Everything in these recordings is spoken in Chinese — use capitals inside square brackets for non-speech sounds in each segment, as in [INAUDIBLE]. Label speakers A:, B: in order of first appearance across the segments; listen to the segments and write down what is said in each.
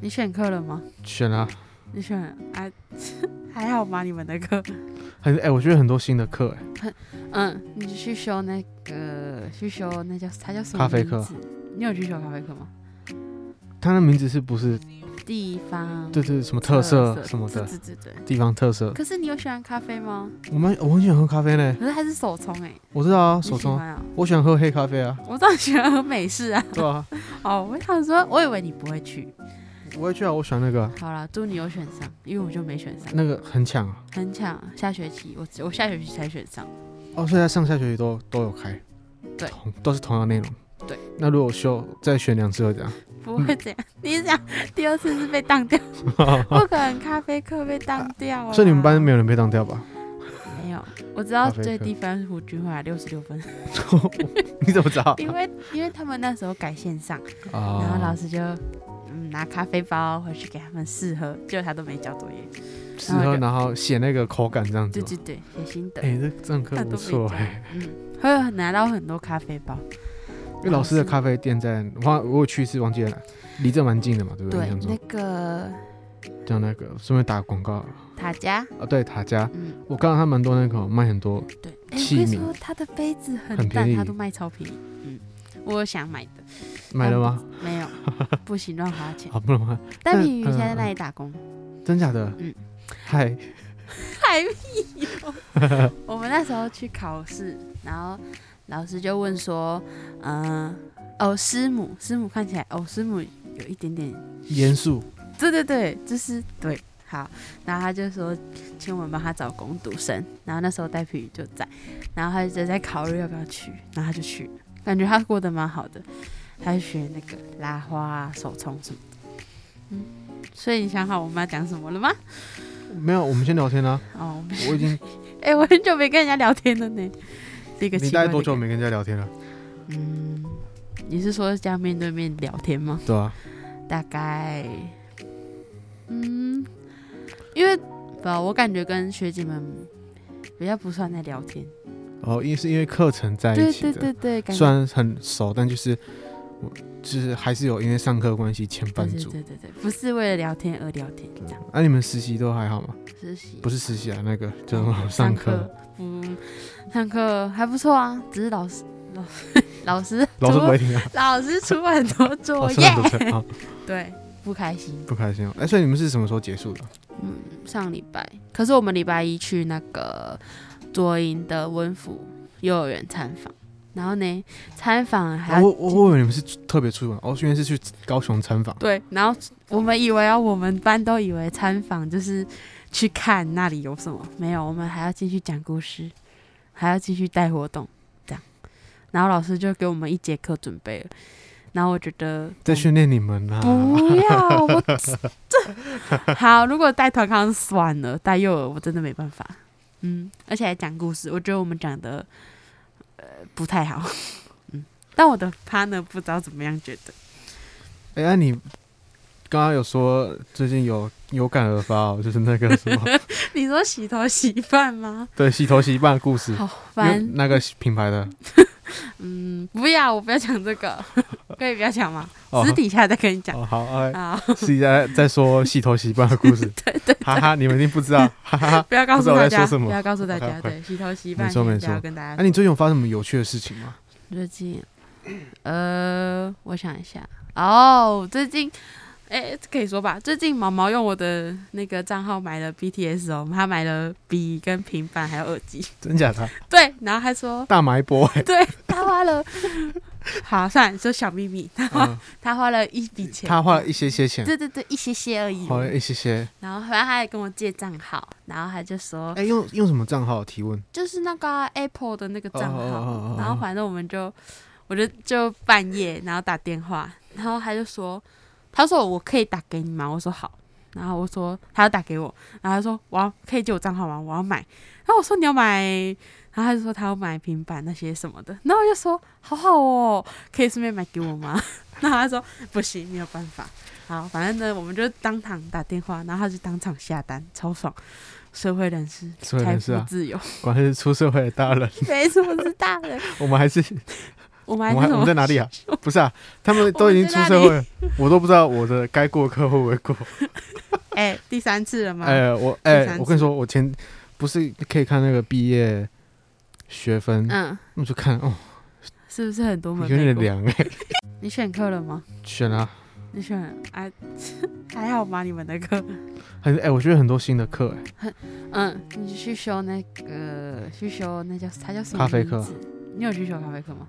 A: 你选课了吗？
B: 选啊，
A: 你选啊， [LAUGHS] 还好吧？你们的课，
B: 很哎、我觉得很多新的课哎、
A: 嗯，你去修那个，去修那叫它叫什么？
B: 咖啡课。
A: 你有去修咖啡课吗？
B: 它的名字是不是
A: 地方
B: 对对什么特色什么
A: 对
B: 的
A: 对对对。
B: 地方特色？
A: 可是你有喜欢咖啡吗？
B: 我们我很喜欢喝咖啡嘞，
A: 可是它是手冲哎、
B: 我知道啊，
A: 你
B: 手
A: 喜
B: 冲
A: 欢，啊？
B: 我喜欢喝黑咖啡啊，
A: 我当然喜欢喝美式啊。 [LAUGHS]
B: 对啊，
A: 哦，我想说，我以为你不会去。
B: 我会去啊，我喜欢那个啊、
A: 好啦，祝你有选上，因为我就没选上，
B: 那个很抢啊，
A: 很巧，下学期我我下学期才选上。
B: 哦，所以它上下学期都都有开，
A: 对
B: 同都是同样内容，
A: 对。
B: 那如果我修再选两次会怎样？
A: 不会这
B: [LAUGHS]
A: 样，你讲第二次是被当掉，不可能咖啡课被当掉啊。
B: 所以你们班没有人被当掉吧？ [LAUGHS]
A: 没有？我知道
B: 咖啡课
A: 最低分是胡君华六十六
B: [LAUGHS]
A: 分，
B: 你怎么知道？
A: 因为因为他们那时候改线上，然后老
B: 啊，
A: 师就嗯拿咖啡包回去给他们试喝，结果他都没交作业。
B: 吃喝然后写那个口感这样子
A: 对
B: 吗。
A: 对对，写心得，
B: 哎、这这堂课
A: 他都
B: 不
A: 没交
B: 错哎、。
A: 嗯，会有拿到很多咖啡包。
B: 因为老师的咖啡店在，我我有去一次忘记了，离这蛮近的嘛，对不对？
A: 对
B: 印象
A: 那
B: 中
A: 个
B: 叫那个顺便打广告啊，
A: 塔家，
B: 对塔家，
A: 嗯。
B: 我刚刚他蛮多那个卖很多，
A: 对，哎、我
B: 器
A: 跟你
B: 皿
A: 说，他的杯子很
B: 很
A: 淡，
B: 便宜
A: 他都卖超便宜。嗯，我想买的，
B: 买了吗？啊
A: 没有，不行，乱花
B: [LAUGHS]
A: 钱。
B: 好不能买，
A: 但
B: 但
A: 品瑜现在在
B: 嗯
A: 那里打工，
B: 真假的？
A: 嗯，
B: 嗨，
A: 还屁哟！哦我们那时候去考试，然后老师就问说，嗯、哦，师母，师母看起来，哦，师母有一点点，
B: 严肃，
A: 对对对，就是对。好，然后他就说，请我们帮他找工读生。然后那时候戴品瑜就在，然后他就在考虑要不要去，然后他就去了，感觉他过得蛮好的，他就学那个拉花、啊、手冲什么的。嗯，所以你想好我们要讲什么了吗？
B: 没有，我们先聊天啦、
A: [LAUGHS]
B: 啊
A: 哦，我们
B: 我已经，
A: 哎、我很久没跟人家聊天了呢。这个
B: 你
A: 奇
B: 大
A: 怪
B: 概
A: 的
B: 多久
A: 感
B: 没跟人家聊天了？
A: 觉？嗯，你是说这样面对面聊天吗？
B: 对啊，
A: 大概，嗯，因为不知道，我感觉跟学姐们比较不算在聊天。
B: 哦，因为是因为课程在一
A: 对
B: 起
A: 对
B: 的，
A: 对对，感
B: 虽
A: 觉
B: 然很熟，但就是我就是还是有因为上课关系牵
A: 对
B: 绊
A: 对
B: 住。
A: 对对对，不是为了聊天而聊天，这样
B: 那、啊你们实习都还好吗？
A: 实习
B: 不是实习啊，那个嗯
A: 哦
B: 就是上课，，
A: 哎嗯，上课还不错啊，只是老师老 [LAUGHS] 师老师
B: 老师
A: 出
B: 不会听啊。
A: 老师出很多作
B: [LAUGHS] 哦，
A: 业
B: 上，
A: [LAUGHS]
B: 课不会啊，
A: 对，不开心。
B: 不开心哦。哎、所以你们是什么时候结束的？
A: 嗯上礼拜，可是我们礼拜一去那个左营的温府幼儿园参访，然后呢，参访还
B: 啊、
A: 要、
B: 我我我以为你们是特别出门，哦，原来是去高雄参访。
A: 对，然后我们以为啊，我们班都以为参访就是去看那里有什么，没有，我们还要进去讲故事，还要继续带活动，这样，然后老师就给我们一节课准备了，然后我觉得
B: 在训练你们啊啦、
A: 不要，
B: [LAUGHS]
A: 我这 [LAUGHS] 好。如果带团康算了，带幼儿我真的没办法。嗯，而且还讲故事，我觉得我们讲的呃不太好。 [LAUGHS] 嗯，但我的 partner 不知道怎么样觉
B: [LAUGHS]
A: 得。
B: 哎、那、你刚刚有说最近有有感而发哦，就是那个什么
A: [LAUGHS] 你说洗头洗饭吗？
B: 对洗头洗一半的故事，
A: 好
B: 有
A: 烦。
B: 那个品牌的
A: 嗯，不要，我不要讲这个， [LAUGHS] 可以不要讲吗？
B: 哦
A: 私底下再跟你讲
B: 哦好，哎、
A: 啊，
B: 私底下在说洗头洗一半的故
A: [LAUGHS]
B: 事，
A: 对对，
B: 哈哈，你们一定不知道，哈哈。
A: 不要告诉
B: [LAUGHS] 不知道我
A: 大
B: 在
A: 家，
B: 说什么
A: 不要告诉大家，
B: OK，OK
A: 对，洗头洗饭
B: 没错
A: 先
B: 没
A: 不要
B: 错
A: 跟大
B: 那、
A: 家。
B: 啊你最近有发生什么有趣的事情吗？
A: 最近，呃，我想一下，哦，最近，哎、这可以说吧，最近毛毛用我的那个账号买了 BTS 哦，他买了笔跟平板还有耳机， [LAUGHS]
B: 真假的？
A: 对，然后还说，
B: 大买波、哎
A: 对他花了， [LAUGHS] 好，算了，说小秘
B: [LAUGHS]
A: 密，他花、
B: 嗯，
A: 他花了一笔钱，
B: 他花了一些些钱，
A: 对对对，一些些而已，
B: 花了一些些。
A: 然后反正他还跟我借账号，然后他就说，
B: 哎、用用什么账号提问？
A: 就是那个啊 Apple 的那个账号，
B: 哦哦哦哦哦
A: 然后反正我们就，我就就半夜然后打电话，然后他就说，他说我可以打给你吗？我说好，然后我说他要打给我，然后他说我要可以借我账号吗？我要买，然后我说你要买，然后他就说他要买平板那些什么的，然后我就说好好哦，可以顺便买给我吗？ [LAUGHS] 然后他说不行，没有办法。好，反正呢，我们就当场打电话，然后他就当场下单，超爽。社会人士，
B: 社会
A: 财
B: 人士
A: 富
B: 啊
A: 自由， [LAUGHS]
B: 果然是出社会的大人，
A: 没错，是大人。
B: 我们还是
A: 我们
B: 我们
A: 还
B: 还
A: 是什
B: 我们
A: 么
B: 在
A: [LAUGHS]
B: 哪里啊？不是啊，他们
A: 我
B: 都已
A: 们
B: 经出
A: 在
B: 社
A: 哪里 [LAUGHS]
B: 会了，我都不知道我的该过的课会不会过。
A: 哎、第三次了吗？
B: 哎、我哎、
A: 三
B: 我跟你
A: 次
B: 说，我前不是可以看那个毕业学分，
A: 嗯，
B: 我就看哦，
A: 是不是很多门
B: 有
A: 被
B: 点
A: 过？
B: 凉哎、
A: 你选课了吗？
B: 选啊，
A: 你选啊？ [LAUGHS] 还好吗？你们的课？
B: 很哎、我觉得很多新的课哎、
A: 嗯，你去修那个，去修那叫它叫什么？
B: 咖啡课。
A: 你有去修咖啡课吗？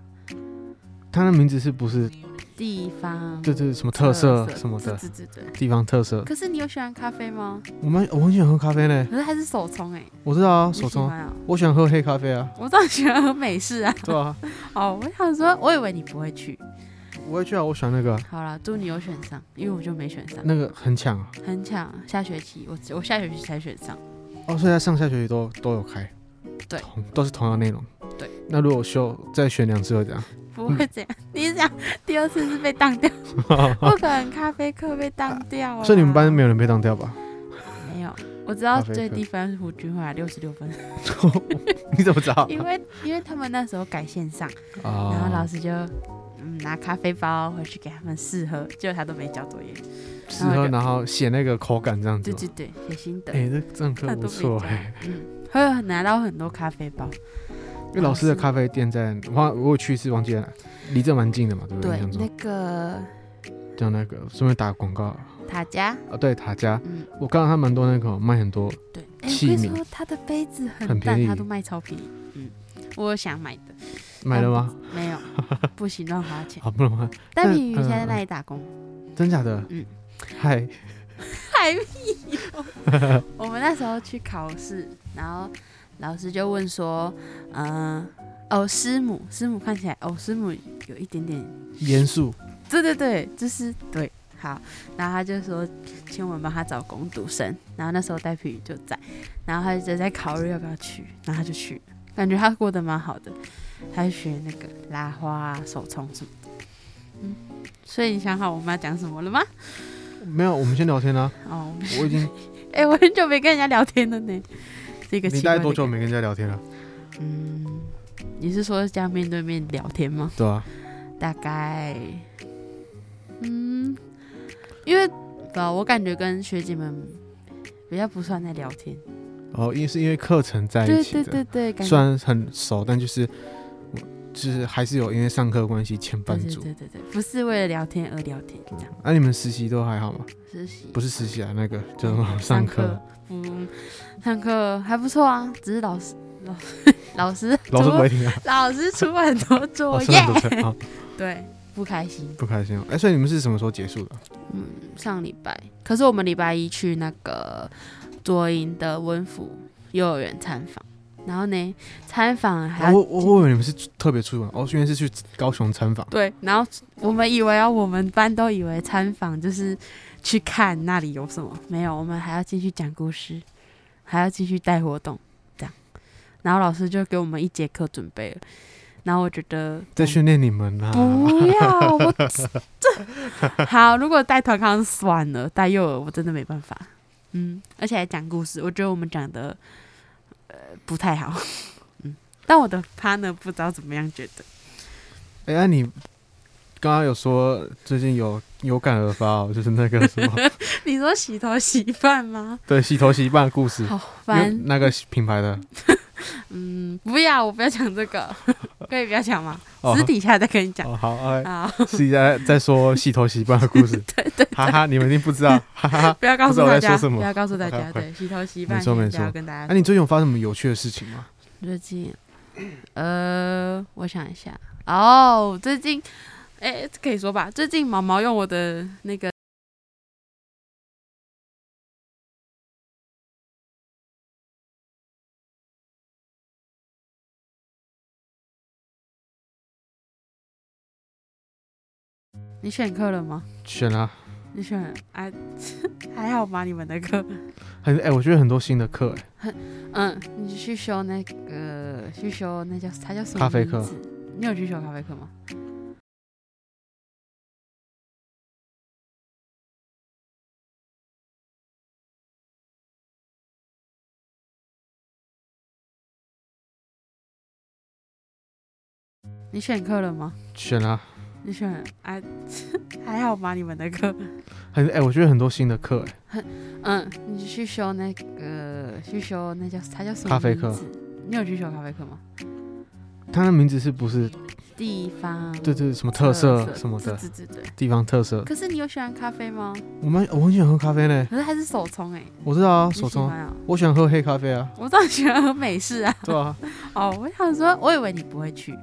B: 它的名字是不是
A: 地方
B: 这这什么特色什么的
A: 对对对对。
B: 地方特色？
A: 可是你有喜欢咖啡吗？
B: 我们我很喜欢喝咖啡嘞，
A: 可是它是手冲哎、
B: 我知道啊，
A: 你
B: 手
A: 喜
B: 冲
A: 欢，啊。
B: 我喜欢喝黑咖啡啊，
A: 我倒喜欢喝美式啊。 [LAUGHS]
B: 对啊，
A: 哦，我想说，我以为你不会去。
B: 我会去啊，我喜欢那个啊
A: 好了，祝你有选上，因为我就没选上，
B: 那个很强啊，
A: 很强。下学期我我下学期才选上。
B: 哦，所以它上下学期都都有开，
A: 对
B: 同都是同样内容，
A: 对。
B: 那如果修再选两次会怎样？
A: 不会这
B: [LAUGHS]
A: 样，你讲第二次是被当掉，不可能咖啡课被当掉啊。
B: 所以你们班没有人被当掉吧？ [LAUGHS]
A: 没有？我知道
B: 咖啡课
A: 最低分是胡君华六十六
B: [LAUGHS]
A: 分，
B: 你怎么知道？
A: [LAUGHS] 因为因为他们那时候改线上，
B: 啊
A: 然后老师就嗯拿咖啡包回去给他们试喝，结果他都没交作业。
B: 试喝，然后写那个口感这样子
A: 对
B: 吗。
A: 对对，写心得，
B: 哎、这这堂课
A: 他都没
B: 不错
A: 交
B: 哎、。
A: 嗯，会有拿到很多咖啡包。
B: 因为老师的咖啡店在，我我有去是忘记了，离这蛮近的嘛，对不对？
A: 对
B: 印象
A: 那
B: 中
A: 个
B: 叫那个顺便打广告啊，
A: 塔家，
B: 对塔家，
A: 嗯，
B: 我刚刚他蛮多那个卖很多，
A: 对，哎、
B: 器
A: 我跟你
B: 皿
A: 说，他的杯子
B: 很
A: 很
B: 便
A: 淡，
B: 宜
A: 他都卖超便宜。嗯，我有想买的。
B: 买了吗？啊
A: 没
B: [LAUGHS]
A: 有，啊不行乱花钱。
B: 好不容易买，
A: 但
B: 但
A: 品瑜现在在
B: 嗯
A: 那里打工，
B: 真假的？
A: 嗯，
B: 嗨，
A: 还屁哦！我们那时候去考试，然后老师就问说，嗯、哦，师母，师母看起来，哦，师母有一点点，
B: 严肃，
A: 对对对，就是对，好，然后他就说，请我们帮他找工读生，然后那时候戴品瑜就在，然后他就在考虑要不要去，然后他就去了，感觉他过得蛮好的，他就学那个拉花、啊、手冲什么的，嗯，所以你想好我们要讲什么了吗？
B: 没有，我们先聊天啦、啊
A: 哦，
B: 我已经，
A: [LAUGHS] 哎、我很久没跟人家聊天了呢。这个
B: 你
A: 奇怪
B: 大概
A: 的
B: 多久
A: 感
B: 没跟人家聊天了？
A: 觉？嗯，你是说这样面对面聊天吗？
B: 对啊，
A: 大概，嗯，因为不知道，我感觉跟学姐们比较不算在聊天。
B: 哦，因为是因为课程在一
A: 对
B: 起的，
A: 对对对，感
B: 虽
A: 觉
B: 然很熟，但就是就是还是有因为上课关系牵
A: 对
B: 绊
A: 对
B: 住。
A: 对对对，不是为了聊天而聊天，这样
B: 那、你们实习都还好吗？
A: 实习
B: 不
A: 是
B: 是实习啊，那个叫什
A: 哦
B: 么 [LAUGHS] 上课？，
A: 嗯，上课还不错啊，只是老师老师老师
B: 老师
A: 出
B: 不会听啊，
A: 老师出很多作
B: 老师
A: 业，
B: 很多课啊，
A: 对，不开心。
B: 不开心哦。哎、所以你们是什么时候结束的？
A: 上礼拜，可是我们礼拜一去那个左营的温府幼儿园参访，然后呢，参访还
B: 啊、
A: 要、
B: 我我我以为你们是特别出门，哦，原来是去高雄参访。
A: 对，然后我们以为啊，我们班都以为参访就是去看那里有什么，没有，我们还要继续讲故事，还要继续带活动，这样，然后老师就给我们一节课准备了，然后我觉得
B: 在训练你们啊
A: [LAUGHS]
B: 啦、
A: 不要，我这 [LAUGHS] 好。如果带团康算了，带幼儿我真的没办法。嗯，而且还讲故事，我觉得我们讲的呃不太好。 [LAUGHS] 嗯，但我的 partner 不知道怎么样觉得。
B: 哎、那、你刚刚有说最近有有感而发哦，就是那个
A: [LAUGHS]
B: 什么
A: 你说洗头洗饭吗？
B: 对洗头洗一半的故事，
A: 好
B: 有
A: 烦。
B: 那个品牌的
A: 嗯，不要，我不要讲这个， [LAUGHS] 可以不要讲吗？
B: 哦
A: 私底下再跟你讲
B: 哦好，哎、
A: 啊，
B: 私底下再说洗头洗一半的故事，
A: [LAUGHS]
B: 对对哈哈，你们一定不知道，哈哈哈。
A: 不要告诉
B: 不知道我
A: 大
B: 在
A: 家，
B: 说什么
A: 不要告诉大家，
B: OK，OK
A: 对，洗头洗饭
B: 没错没
A: 先
B: 错
A: 不要跟大家
B: 哎、你最近有发生什么有趣的事情吗？
A: 最近，呃，我想一下，哦，最近，哎、这可以说吧，最近毛毛用我的那个你选课了吗？
B: 选啊，
A: 你选啊？ [LAUGHS] 还好吗？你们的课？
B: 很哎、我觉得很多新的课、哎，
A: 嗯，你去修那个，去修那叫它叫什么？
B: 咖啡课。
A: 你有去修咖啡课吗？你选课了吗？
B: 选啊，
A: 你选啊？ [LAUGHS] 还好吧，你们的课。
B: 很哎、我觉得很多新的课、哎，
A: 嗯，你去修那个，去修那叫它叫什么？
B: 咖啡课。
A: 你有去修咖啡课吗？
B: 它的名字是不是
A: 地方
B: 对对什么特色什么
A: 对
B: 的
A: 对对对。
B: 地方特色？
A: 可是你有喜欢咖啡吗？
B: 我们我很喜欢喝咖啡呢，
A: 可是它是手冲哎、欸，
B: 我知道啊，
A: 你
B: 手
A: 喜
B: 冲
A: 欢，啊。
B: 我喜欢喝黑咖啡
A: [LAUGHS]
B: 啊，
A: 我倒喜欢喝美式啊。 [LAUGHS]
B: 对啊，
A: 哦，我想说，我以为你不会去。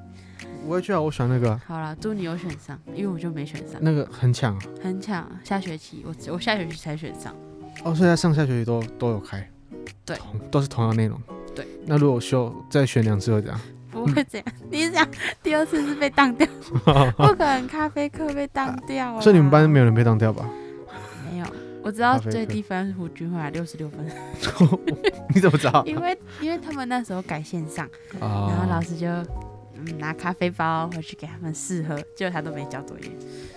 B: 我会去啊，我喜欢那个啊、
A: 好啦，祝你有选上，因为我就没选上，
B: 那个很抢啊
A: 很巧，下学期我我下学期才选上。
B: 哦，所以在上下学期都都有开，
A: 对
B: 同，都是同样内容，
A: 对。
B: 那如果修再选两次会怎样？
A: 不会这样，
B: 嗯
A: 你想第二次是被当
B: [LAUGHS]
A: 掉，不可能咖啡课被当掉啊。
B: 所以你们班没有人被当掉吧？
A: 没有？我知道
B: 咖啡课
A: 最低分是胡军华六十六分，
B: [LAUGHS] 你怎么知道？
A: 因为因为他们那时候改线上，然后老
B: 啊，
A: 师就嗯拿咖啡包回去给他们试喝，结果他都没交作业。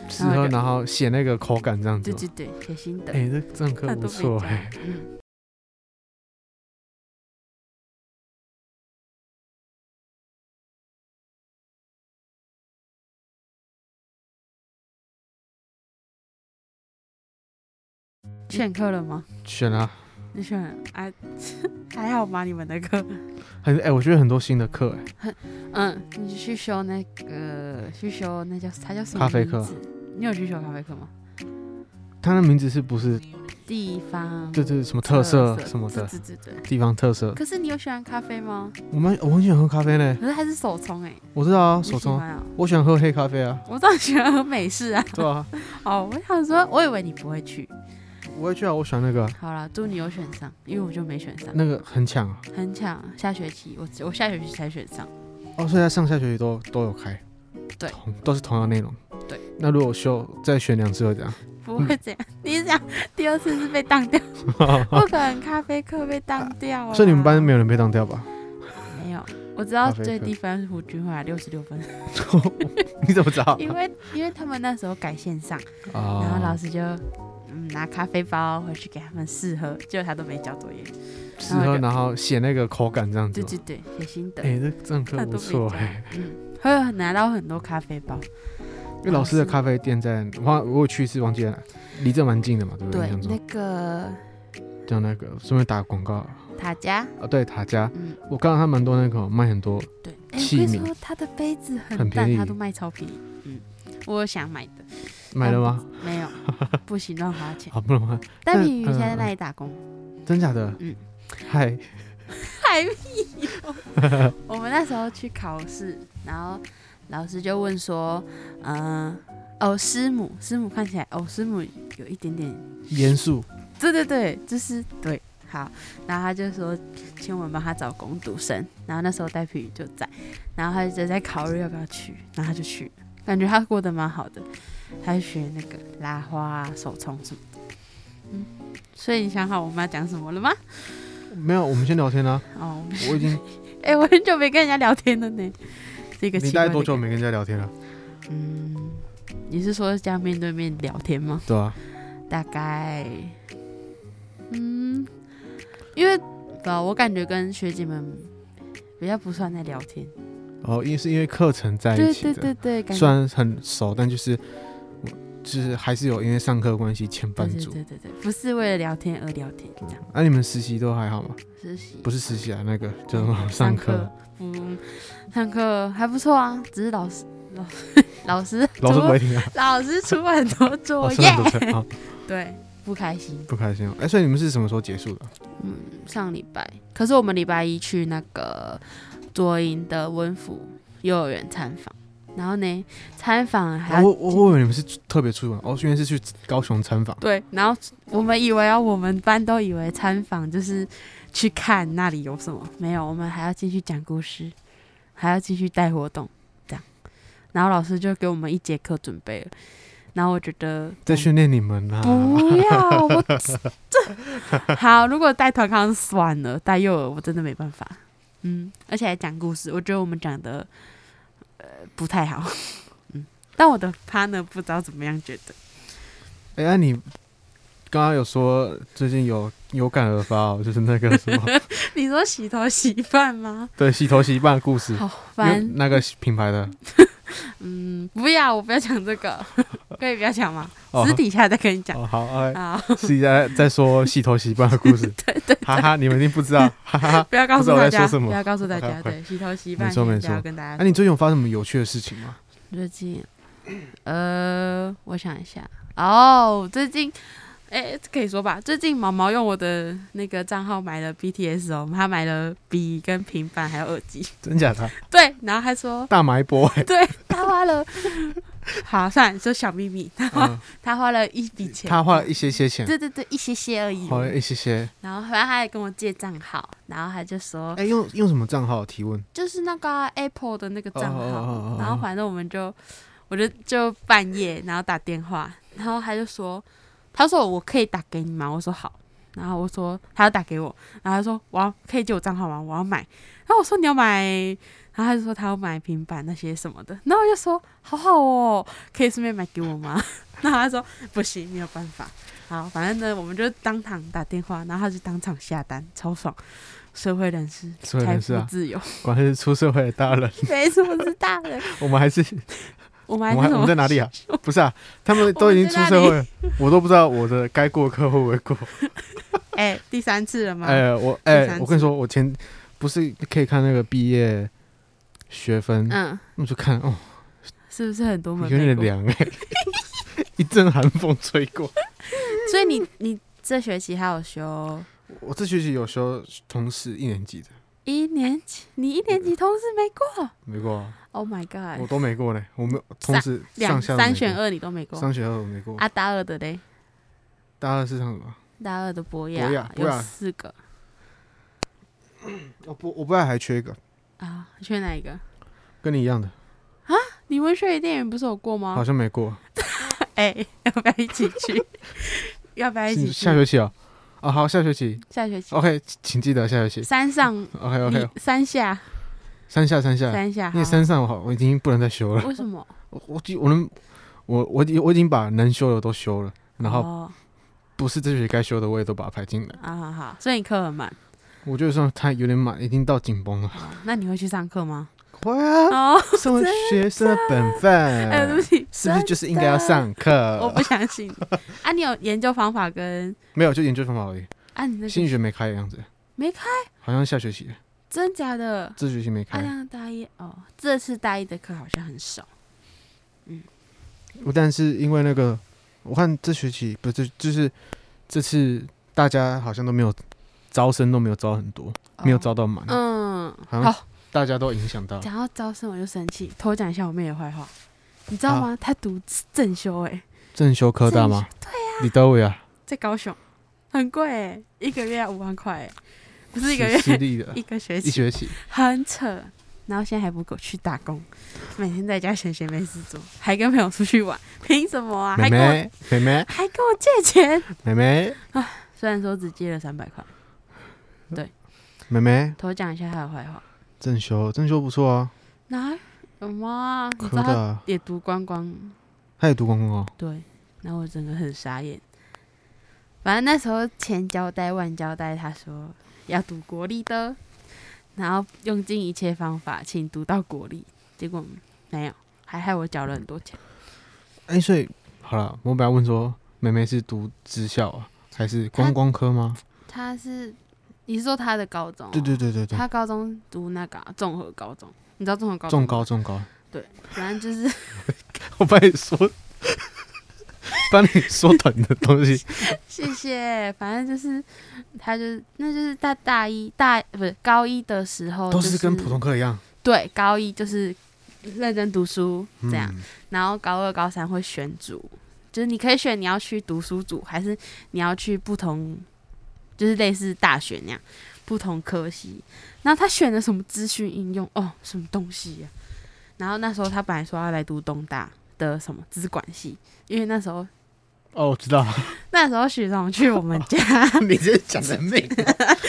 B: 吃喝然后写那个口感这样子
A: 对
B: 吗。
A: 对对，写心得。
B: 哎、这这堂课
A: 那
B: 不
A: 都
B: 错
A: 没交
B: 哎、
A: 嗯选课了吗？
B: 选啊，
A: 你选啊？ [LAUGHS] 还好吧，你们的课。
B: 很哎、我觉得很多新的课哎、
A: 嗯，你去修那个，去修那叫它叫什么？
B: 咖啡课。
A: 你有去修咖啡课吗？
B: 它的名字是不是
A: 地方
B: 对对什么特色什么的
A: 对对对对。
B: 地方特色？
A: 可是你有喜欢咖啡吗？
B: 我们我很喜欢喝咖啡呢，
A: 可是它是手冲哎、
B: 我知道啊，
A: 你喜
B: 手冲，
A: 欢啊。
B: 我喜欢喝黑咖啡啊，
A: 我倒喜欢喝美式啊。 [LAUGHS]
B: 对啊， [LAUGHS]
A: 哦，我想说，我以为你不会去。
B: 我会去啊，我喜欢那个啊，
A: 好了，祝你有选上，因为我就没选上，
B: 那个很抢啊，
A: 很巧，下学期我我下学期才选上。
B: 哦，所以在上下学期都都有开，
A: 对
B: 同，都是同样内容，
A: 对。
B: 那如果修再选两次会怎样？
A: 不会这样， [LAUGHS] 你想第二次是被当
B: [LAUGHS]
A: 掉，不可能咖啡课被当掉啊。
B: 所以你们班没有人被当掉吧？ [LAUGHS]
A: 没有？我知道
B: 咖啡课
A: 最低分是胡军华六十六
B: [LAUGHS]
A: 分，
B: 你怎么知道？
A: 因为因为他们那时候改线上，
B: 啊
A: 然后老师就嗯拿咖啡包回去给他们试喝，结果他都没交作业。
B: 吃喝然后写那个口感这样子
A: 对
B: 吗。
A: 对对，写心得，
B: 哎、这这堂课
A: 那都没
B: 不错
A: 交
B: 哎、
A: 嗯，会有拿到很多咖啡包。
B: 因为老师的咖啡店在，我我有去是忘记了，离这蛮近的嘛，对不对？
A: 对
B: 印象
A: 那
B: 中
A: 个
B: 叫那个顺便打广告啊，
A: 塔家，
B: 对塔家，
A: 嗯，
B: 我刚刚他蛮多那个卖很多，
A: 对，哎、
B: 器
A: 我
B: 皿
A: 跟你说，他的杯子很
B: 很
A: 淡，
B: 便宜
A: 他都卖超便宜。嗯，我想买的，
B: 买了吗？啊
A: 没有，不行乱花钱。
B: [LAUGHS] 好不容易买，
A: 但
B: 但
A: 品瑜现在在
B: 嗯
A: 那里打工，
B: 真假的？
A: 嗯，
B: 嗨，
A: 太屁哦！我们那时候去考试，然后老师就问说，嗯、哦，师母，师母看起来，哦，师母有一点点，
B: 严肃，
A: 对对对，就是对。好，然后他就说，请我们帮他找工读生。然后那时候戴品宇就在，然后他就在考虑要不要去，然后他就去了，感觉他过得蛮好的，他就学那个拉花、啊、手冲什么的。嗯，所以你想好我们要讲什么了吗？
B: 没有，我们先聊
A: [LAUGHS]
B: 天啦、
A: 哦，我们
B: 我已经，
A: [LAUGHS] 哎、我很久没跟人家聊天了呢。这个
B: 你
A: 奇
B: 大
A: 怪
B: 概多
A: 的
B: 久
A: 感
B: 没跟人家聊天了？
A: 觉？嗯，你是说这样面对面聊天吗？
B: 对啊，
A: 大概，嗯，因为不知道，我感觉跟学姐们比较不算在聊天。
B: 哦，因为是因为课程在一
A: 对
B: 起的，
A: 对对对，感
B: 虽
A: 觉
B: 然很熟，但就是我就是还是有因为上课关系牵
A: 对
B: 绊
A: 对
B: 住。
A: 对对对，不是为了聊天而聊天，这样
B: 啊那、你们实习都还好吗？
A: 实习
B: 不
A: 是
B: 是实习啊，那个叫什么
A: 嗯
B: 上课？
A: 不上课还不错啊，只是老师老老师
B: 老师
A: 出
B: 不会听啊，
A: 老师出很多作
B: [LAUGHS] 老师
A: 业，
B: 很多错啊，
A: 对，不开心。
B: 不开心哦。哎、所以你们是什么时候结
A: [LAUGHS]
B: 束的啊？
A: 上礼拜，可是我们礼拜一去那个左营的温府幼儿园参访，然后呢，参访还
B: 啊
A: 要、
B: 我我我以为你们是特别出门，哦，原来是去高雄参访。
A: 对，然后我们以为啊，我们班都以为参访就是去看那里有什么，没有，我们还要继续讲故事，还要继续带活动，这样，然后老师就给我们一节课准备了，然后我觉得
B: 在训练你们啊啦、
A: 不要，
B: [LAUGHS]
A: 我这 [LAUGHS] 好。如果带团康算了，带幼儿我真的没办法。嗯，而且还讲故事，我觉得我们讲的呃不太好。 [LAUGHS]
B: [LAUGHS]
A: 嗯，但我的 partner 不知道怎么样觉得。
B: 啊哎、那、你刚刚有说最近有有感而发哦， [LAUGHS] 就是那个什么
A: [LAUGHS] 你说洗头洗饭吗？
B: 对洗头洗一半的故事，
A: 好
B: 有
A: 烦，
B: 那个品牌的
A: 嗯，不要，我不要讲这
B: [LAUGHS]
A: 个，可以不要讲吗？
B: 哦
A: 私底下再跟你讲
B: 哦好，哎，
A: 啊，
B: 私底下再说洗头洗一半的故事，
A: [LAUGHS] 对对，
B: 哈哈，你们一定不知道，哈哈。
A: 不要告诉
B: 啊不知道我
A: 大
B: 在
A: 家，
B: 说什么
A: 不要告诉大家，
B: 快快
A: 对，洗头洗饭
B: 没错
A: 先
B: 没
A: 不要
B: 错
A: 跟大
B: 那、
A: 家。
B: 啊你最近有发生什么有趣的事情吗？
A: 最近，呃，我想一下，哦，最近，哎、这可以说吧，最近毛毛用我的那个账号买了 BTS 哦，他买了笔跟平板还有耳机， [LAUGHS]
B: 真假的？
A: 对，然后他说，
B: 大买波、欸，
A: 对他花
B: [LAUGHS]
A: 了，好，算了，说小秘密，他花、
B: 嗯，
A: 他花了一笔钱，
B: 他花了一些些钱，
A: 对对对，一些些而已，
B: 花了一些些。
A: 然后反正他还跟我借账号，然后他就说，
B: 哎、用用什么账号提问？
A: 就是那个啊 Apple 的那个账号，
B: 哦哦哦哦哦
A: 然后反正我们就，我就就半夜然后打电话，然后他就说，他说我可以打给你吗？我说好，然后我说他要打给我，然后他说我要可以借我账号吗？我要买，然后我说你要买，然后他就说他要买平板那些什么的，然后我就说好好哦，可以顺便买给我吗？ [LAUGHS] 然后他说不行，没有办法。好，反正呢，我们就当场打电话，然后他就当场下单，超爽。社会人士，
B: 社会
A: 财
B: 人士
A: 富
B: 啊
A: 自由， [LAUGHS]
B: 果然是出社会的大人。
A: 没什么是大人，
B: 我们还是
A: 我们还
B: 我
A: 是
B: 们还
A: 什
B: 我们
A: 么
B: 在哪里啊？不是啊，他们都已经出社
A: 我
B: 会了，我都不知道我的该过的课会不会
A: [LAUGHS]
B: 过。
A: 哎、第三次了吗？
B: 哎、我
A: 第
B: 哎、
A: 三次
B: 我跟你说，我前不是可以看那个毕业学分，
A: 嗯，
B: 我就看哦，
A: 是不是很多门
B: 有点
A: 被过？
B: 凉哎、 [LAUGHS] 一阵寒风吹过。
A: 所以你你这学期还有修
B: 我这学期有修同事一年级的，
A: 一年级？你一年级通识没过
B: 没过、啊，
A: ？Oh my
B: 我
A: god！
B: 都没过呢。我没有同时
A: 两
B: 上下都没
A: 三
B: 过
A: 选，二你都没过，
B: 上选二我没过。
A: 啊，大二的嘞，
B: 大二是上什么？
A: 大二的博
B: 博雅博
A: 有
B: 雅
A: 四个
B: 我哦不我不知道还缺一个，
A: 啊，你选哪一个？
B: 跟你一样的，
A: 你文学与电影不是有过吗
B: 好？像没过。
A: [LAUGHS] 哎、要不要一起去？ [LAUGHS] 要不要一起
B: 是
A: 去？
B: 下学期啊、哦？好，下学期。
A: 下学期
B: OK，请记得下学期。
A: 山上
B: OK
A: 你
B: OK，
A: 山下
B: 山下山下，
A: 山下
B: 因为
A: 好
B: 啊山上我好，我已经不能再修了。
A: 为什么？
B: 我我记我能我我已经我已经把能修的都修了，然后
A: 哦
B: 不是这学期该修的我也都把它排进来。
A: 啊好好，所以你课很满。
B: 我觉得算它有点满，已经到紧绷了。
A: 哦那你会去上课吗？
B: 会啊，
A: 哦，
B: 身为学生的本分，
A: [LAUGHS] 哎，对不起，
B: 是不是就是应该要上课？
A: 我不相信。啊，你有研究方法跟
B: 没有，就研究方法而已。
A: 啊，你那
B: 心
A: 个
B: 理学没开的样子，
A: 没开，
B: 好像下学期
A: 真假的？
B: 这学期没
A: 啊，
B: 开。
A: 像大一哦，这次大一的课好像很少。
B: 我但是因为那个，我看这学期不是就是这次大家好像都没有招生，都没有招很多，
A: 哦
B: 没有。招到满，
A: 嗯，
B: 好像
A: 好，
B: 大家都影响到。
A: 讲到招生我就生气，偷讲一下我妹的坏话。你知道
B: 好
A: 吗？她读正修哎，
B: 正修科大吗？对呀、李德伟啊，
A: 在高雄，很贵哎，一个月要五万块哎，不是一个
B: 是私
A: 月，
B: 立的
A: 一，个学
B: 一
A: 期，
B: 学期。
A: 很扯。然后现在还不够去打工，每天在家闲闲没事做，还跟朋友出去玩，凭什么啊？
B: 妹
A: 还跟我
B: 妹，妹妹，
A: 还跟我借钱，
B: 妹妹，
A: [LAUGHS] 虽然说只借了三百块。
B: 妹妹，
A: 偷讲一下他的坏话，
B: 正修，正修不错啊，
A: 哪有吗？你知
B: 科
A: 道
B: 大
A: 他
B: 啊，
A: 也读观光，
B: 他也读光光哦。
A: 对，然后我整个很傻眼。反正那时候千交代万交代，他说要读国立的，然后用尽一切方法，请读到国立，结果没有，还害我缴了很多钱。
B: 哎、所以好了，我本来问说，妹妹是读职校啊，还是观光科吗？
A: 他是你是说他的高中哦、
B: 对对对对对，
A: 他高中读那个啊综合高中，你知道综合高中
B: 中
A: 吗，
B: 高
A: [LAUGHS]
B: 中高。
A: 反正就是
B: 我帮你说，帮你说短的东西。
A: 谢谢，反正就是，他就是，那就是在大一大不是高一的时候、
B: 都
A: 哦就是
B: 跟普通课一样，
A: 对高一就是认真读书这样，
B: 嗯
A: 然后高二高三会选组，就是你可以选你要去读书组，还是你要去不同，就是类似大学那样不同科系。然后他选了什么资讯应用哦，什么东西呀、然后那时候他本来说要来读东大的什么资管系，因为那时候
B: 哦，我知道， [LAUGHS]
A: 那时候许荣去我们家。 [LAUGHS]
B: [LAUGHS] 你这讲的命，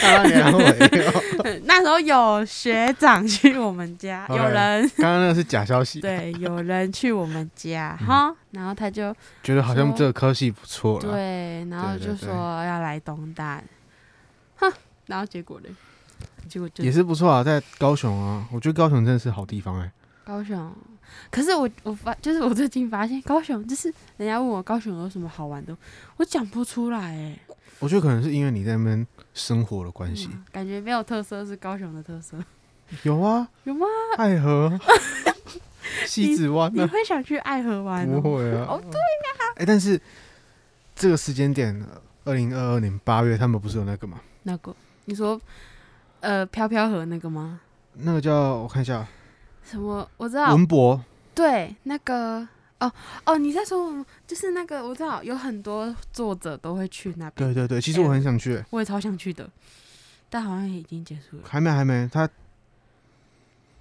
B: 啊，梁伟哦，
A: 那那时候有学长去我们
B: [LAUGHS]
A: 家，有
B: OK
A: 人
B: 刚刚那个是假消息，
A: 对，有人去我们家
B: 嗯
A: 哈，然后他就
B: 觉得好像
A: 说
B: 这个科系不错了。
A: 对，然后
B: 对
A: 就
B: 对
A: 说要来东大，哼，然后结果呢？结果就
B: 也是不错啊，在高雄啊，我觉得高雄真的是好地方哎、
A: 高雄。可是我我发就是我最近发现高雄，就是人家问我高雄有什么好玩的，我讲不出来哎、
B: 我觉得可能是因为你在那边生活的关系。
A: 嗯感觉没有特色是高雄的特
B: [LAUGHS]
A: 色。
B: 有啊，
A: 有吗？
B: 爱河、
A: [LAUGHS]
B: 西子湾啊
A: 你
B: 呢、
A: 会想去爱河
B: 啊？
A: 玩、
B: 不
A: 哦？
B: 会啊。
A: 哦
B: 对呀、哎、但是这个时间点，二零二二年八月，他们不是有那个嘛？
A: 那个你说呃飘飘河那个吗？
B: 那个叫我看一下，
A: 什么我知道，
B: 文博
A: 对，那个哦哦，你在说我们就是那个我知道，有很多作者都会去那边，
B: 对对对，其实我很想去、
A: 我也超想去的，但好像也已经结束了，
B: 还没还没，他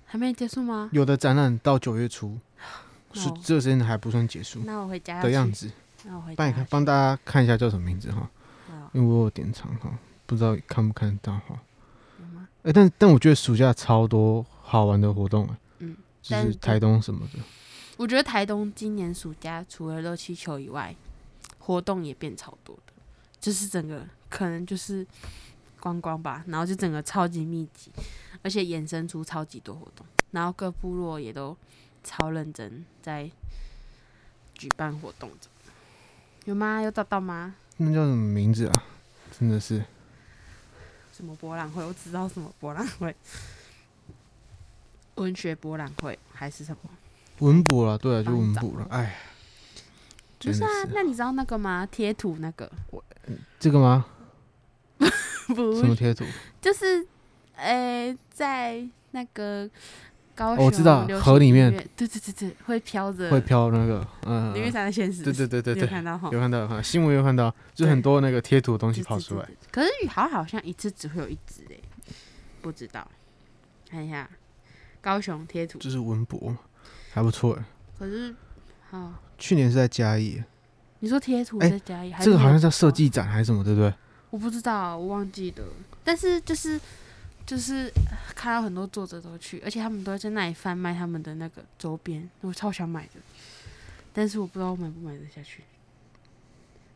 A: 还没结束吗？
B: 有的展览到九月初，是、
A: 哦
B: 这个时间还不算结束
A: 那我回家
B: 嗯的
A: 要
B: 样
A: 去，
B: 子。
A: 那我回家
B: 帮你
A: 要
B: 看，
A: 去
B: 帮大家看一下叫什么名字哈，
A: 好
B: 因为我有点长哈，不知道看不看得到哈。
A: 有吗？
B: 哎、但但我觉得暑假超多好玩的活动啊，
A: 嗯，
B: 就
A: 但
B: 是
A: 是
B: 台东什么的。
A: 我觉得台东今年暑假除了热气球以外，活动也变超多的，就是整个可能就是观光吧，然后就整个超级密集，而且衍生出超级多活动，然后各部落也都超认真在举办活动的，有吗？有找到吗？
B: 那叫什么名字啊？真的是
A: 什么博览会？我只知道什么博览会，文学博览会还是什么？
B: 文博了，对啊，就
A: 帮你
B: 文
A: 找
B: 博了。哎，
A: 不
B: 真
A: 是
B: 的
A: 啊，
B: 是
A: 那你知道那个吗？贴图那个
B: 这个吗？
A: 不
B: 什么贴图？
A: 就是，呃，在那个高
B: 哦
A: 雄、
B: 我知道河里面，
A: 对对对对，会飘着，
B: 会飘那个，嗯，
A: 林玉山的现实，
B: 对对对对
A: 你有
B: 对，
A: 看到哈，
B: 有看到有看到新闻有看到，就很多那个贴图的东西
A: 对
B: 跑出。来
A: 对。对对可是好像好像一次只会有一只哎，不知道，看一下高雄贴图，
B: 就是文博，还不错哎。
A: 可是好，
B: 去年是在嘉义，
A: 你说贴图
B: 哎
A: 在家里，还
B: 这
A: 是
B: 个好像
A: 有嗯
B: 叫设计展还是什么，对不对？
A: 我不知道，我忘记了。但是就是就是呃看到很多作者都去，而且他们都在那里贩卖他们的那个周边，我超想买的，但是我不知道我买不买得下去。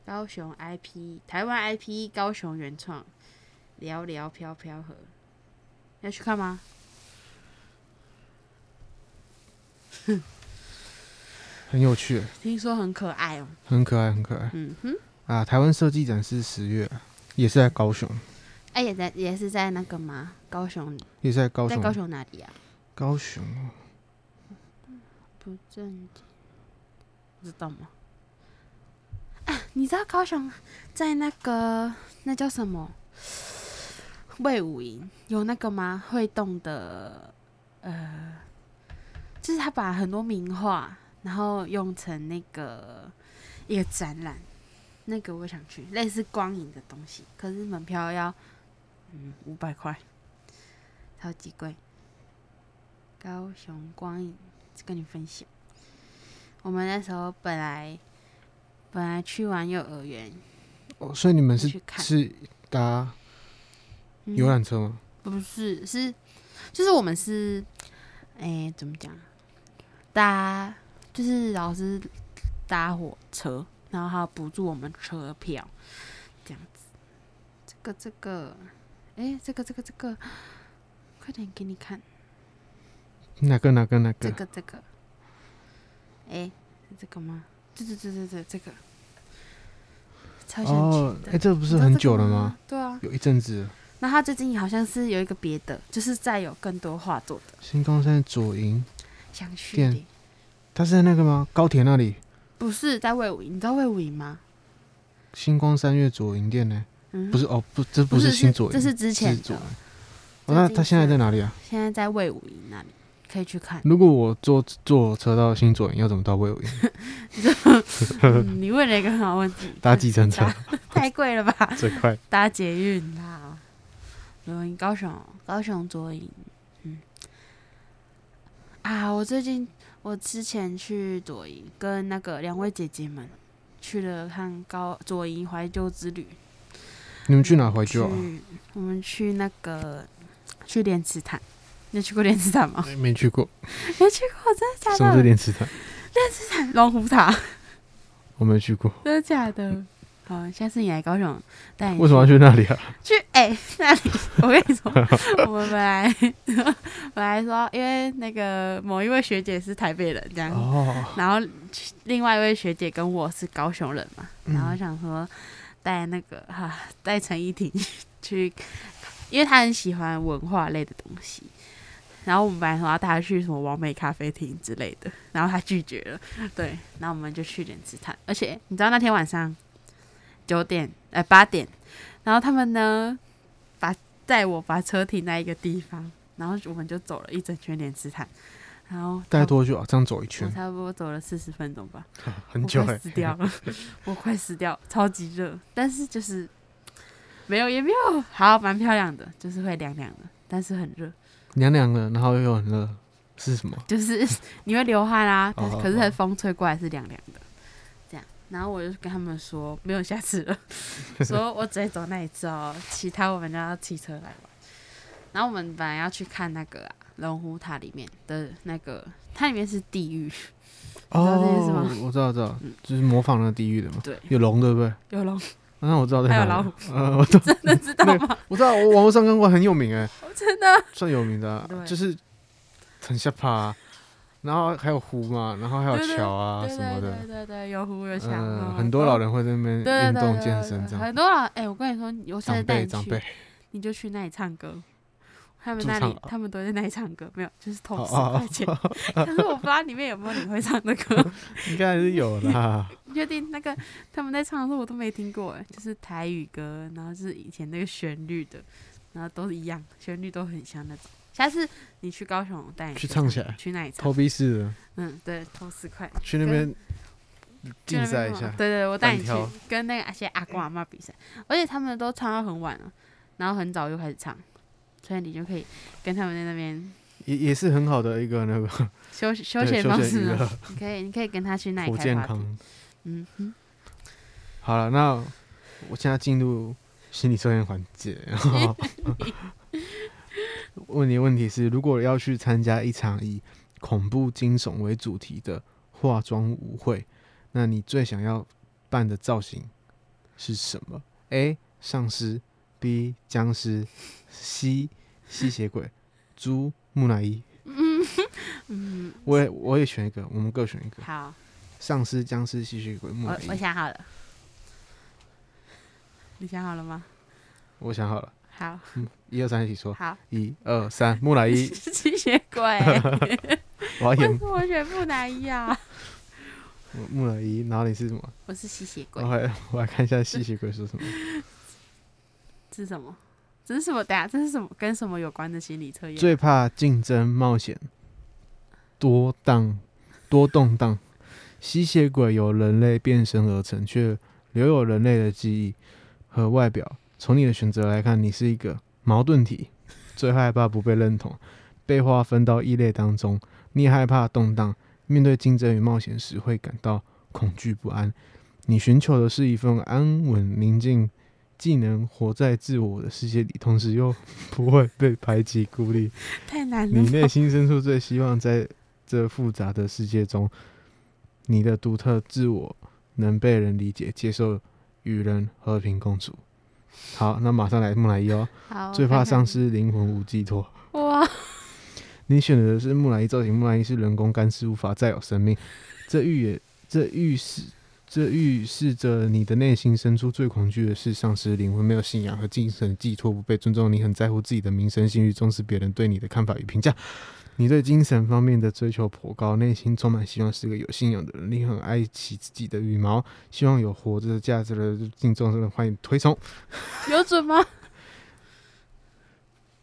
A: 高雄 IP，台湾 IP，高雄原创，聊聊飘飘河，要去看吗？
B: 很有趣欸，
A: 听说很可爱哦、
B: 很可爱，很可爱
A: 嗯哼，
B: 啊！台湾设计展是十月，也是在高雄，
A: 哎、也在也是在那个吗？高雄，
B: 也是在高
A: 在
B: 雄，
A: 高雄哪里啊？
B: 高雄哦
A: 不正经，知道吗？啊，你知道高雄在那个那叫什么魏武营有那个吗？会动的，呃，就是他把很多名画，然后用成那个一个展览，那个我想去，类似光影的东西，可是门票要嗯五百块，超级贵。高雄光影。跟你分享。我们那时候本来本来去玩幼儿园，
B: 哦，所以你们
A: 要
B: 是
A: 去看
B: 是搭
A: 嗯
B: 游览车吗？
A: 不是是就是我们是哎、怎么讲搭就是老师搭火车，然后他补助我们车票这样子。这个这个哎、这个这个这个，快点给你看。
B: 哪个哪个哪
A: 这
B: 个？
A: 个这个，哎、是这个吗？对对对对对，这个超想去
B: 哦，
A: 的
B: 哎，这个不
A: 你
B: 是
A: 知道
B: 很
A: 这个
B: 久了
A: 吗
B: 吗？？
A: 对啊，
B: 有一阵子了，
A: 那他最近好像是有一个别的，就是再有更多画作的，
B: 新光山左营，
A: 想去
B: 店
A: 的。
B: 它是在那个吗？高铁那里，
A: 不是在魏武营，你知道魏武营吗？
B: 星光三月左营店呢？
A: 嗯，
B: 不是哦，不，这不是新左营，
A: 这是之前
B: 是左
A: 的
B: 营，。哦，
A: 最
B: 那
A: 近
B: 它现在
A: 是
B: 在哪里啊？
A: 现在在魏武营那里可以去
B: [LAUGHS]
A: 看。
B: 如果我坐坐车到新左营，要怎么到魏
A: [LAUGHS]
B: 武营？
A: 嗯你问了一个很好问
B: [LAUGHS]
A: 题，
B: 搭计程车
A: 太贵了吧？
B: 最快。
A: 搭捷运啦，左营高雄，嗯高雄左营，嗯，啊，我最近我之前去左营跟那个两位姐姐们去了看高左营怀旧之旅，
B: 你们去哪怀旧啊？
A: 去我们去那个去莲池潭。你有去过莲池潭吗？
B: 没没去过，
A: [LAUGHS] 没去过，真的假
B: 什么是
A: 的？
B: 莲池潭？
A: 龙虎塔，
B: 我没去过，
A: 真的假的？好，下次你来高雄，带你
B: 为什么要去那里啊？
A: 去哎、那里，我跟你说，我们本来 [LAUGHS] 本来说，因为那个某一位学姐是台北人，这样，
B: 哦，
A: 然后另外一位学姐跟我是高雄人嘛，
B: 嗯
A: 然后想说带那个哈、带陈依婷去， [LAUGHS] 因为她很喜欢文化类的东西。然后我们本来说要带她去什么完美咖啡厅之类的，然后她拒绝了。对，然后我们就去莲池潭，而且你知道那天晚上九点呃八点，然后他们呢把带我把车停在一个地方，然后我们就走了一整圈莲池潭，然后他
B: 大概多久啊？这样走一圈
A: 我，差不多走了四十分钟吧，
B: 很
A: 我
B: 久
A: 快
B: 哎
A: 死。掉了， [LAUGHS] 我快死掉，超级热，但是就是没有也没有，好蛮漂亮的，就是会凉凉的，但是很热，
B: 凉凉的，然后又很热，是什么？
A: 就是 [LAUGHS] 你会流汗啊，但是
B: 哦
A: 可是
B: 哦
A: 它风吹过来是凉凉的，这样，然后我就跟他们说没有下次
B: [LAUGHS]
A: 了，说我只会走那一次哦，其他我们就要骑车来玩，然后我们本来要去看那个啊龙虎塔里面的那个，它里面是地狱，知道这件事吗嗯
B: 哦，我知道，知道，就是模仿那个地狱的嘛。
A: 对，
B: 有龙对不对？啊
A: 有龙， [LAUGHS]
B: 那我知道在
A: 还有
B: 哪里
A: 老虎。
B: 呃，我知道，
A: 真的知道
B: 那
A: 吗？
B: 我知道，我网络上看过，很有名哎，
A: 真的。
B: 算有名的啊
A: 对，
B: 就是很下爬啊，然后还有湖嘛，然后还
A: 对
B: 有
A: 对
B: 桥啊
A: 对
B: 什么
A: 对
B: 的
A: 对。对对，有湖有墙、
B: 嗯，
A: 哦
B: 很多老
A: 都
B: 人会在那边
A: 对
B: 运
A: 对
B: 动
A: 对
B: 健
A: 对
B: 身这
A: 对
B: 样。
A: 很多老哎、我跟你说，我现在
B: 长
A: 带
B: 辈
A: 你
B: 长
A: 去
B: 辈，， [LAUGHS]
A: 你就去那里唱歌。他们
B: 驻
A: 那
B: 唱
A: 里，他们都在那里唱歌，没有，就是
B: 哦
A: 偷十
B: 哦
A: 块钱。 [LAUGHS] 可是我不知道里面有没有你会唱的歌。
B: 应该还是有啦。
A: [LAUGHS] 你确定那个他们在唱的时候我都没听过，哎，就是台语歌，然后就是以前那个旋律的，然后都是一样，旋律都很像那种。下次你去高雄，我带你
B: 去唱起来
A: 去那里唱
B: 投。币式的，
A: 嗯，对，偷四块。
B: 去那边竞赛一
A: 去那边干啊
B: 下
A: 嘛。对对，我带你去
B: 单挑
A: 跟那个一些阿公阿妈比赛，而且他们都唱到很晚了，然后很早就开始唱，所以你就可以跟他们在那边
B: 也也是很好的一个那个
A: 休息休
B: [LAUGHS] 对
A: 闲
B: 休
A: 方
B: 闲
A: 式
B: 娱
A: 呢。
B: 乐，
A: 你可以，你可以跟他去那里
B: 活
A: 开
B: 健
A: party。
B: 康。
A: 嗯哼，
B: 好了，那我现在进入心理测验环
A: [LAUGHS]
B: 节，然后问你的问题是：如果要去参加一场以恐怖惊悚为主题的化妆舞会，那你最想要扮的造型是什么？A. 丧尸 B. 僵尸 C. 吸血鬼猪木乃伊。
A: 嗯，
B: 我也我也选一个，我们各选一个：
A: 好，
B: 丧尸、僵尸、吸血鬼、木
A: 我
B: 乃
A: 我
B: 伊。
A: 想好了，你想好了吗？
B: 我想好了，
A: 好
B: 一二三，一起说。
A: 好，
B: 一二三，木乃伊，
A: [LAUGHS] 吸血鬼，
B: [LAUGHS] 哎我要
A: 为
B: 演
A: 什么我选木乃伊啊？
B: 木木乃伊，然后你是什么？
A: 我是吸血鬼
B: 我，还我来看一下吸血鬼说什么，
A: 这是什么？这是什么？等下，这是什么？跟什么有关的心理测验？
B: 最怕竞争冒险，多荡 [LAUGHS] 多动荡。吸血鬼由人类变身而成，却留有人类的记忆和外表。从你的选择来看，你是一个矛盾体，最害怕不被认同，被划分到异类当中。你也害怕动荡，面对竞争与冒险时会感到恐惧不安。你寻求的是一份安稳、宁静，既能活在自我的世界里，同时又不会被排挤、孤立。
A: 太难了
B: 你
A: 吧。
B: 内心深处最希望在这复杂的世界中，你的独特自我能被人理解、接受，与人和平共处。好，那马上来木乃伊哦。
A: 好，
B: 最怕丧
A: 上
B: 失灵魂无寄托。
A: 哇！
B: [LAUGHS] 你选择的是木乃伊造型，木乃伊是人工干尸，无法再有生命。这预也这预示这预示着你的内心深处最恐惧的是丧失灵魂，没有信仰和精神寄托，不被尊重。你很在乎自己的名声、信誉，重视别人对你的看法与评价。你对精神方面的追求颇高，内心充满希望，是个有信仰的人。你很爱惜自己的羽毛，希望有活着的价值的敬重，欢迎推崇。
A: 有准吗？ [LAUGHS]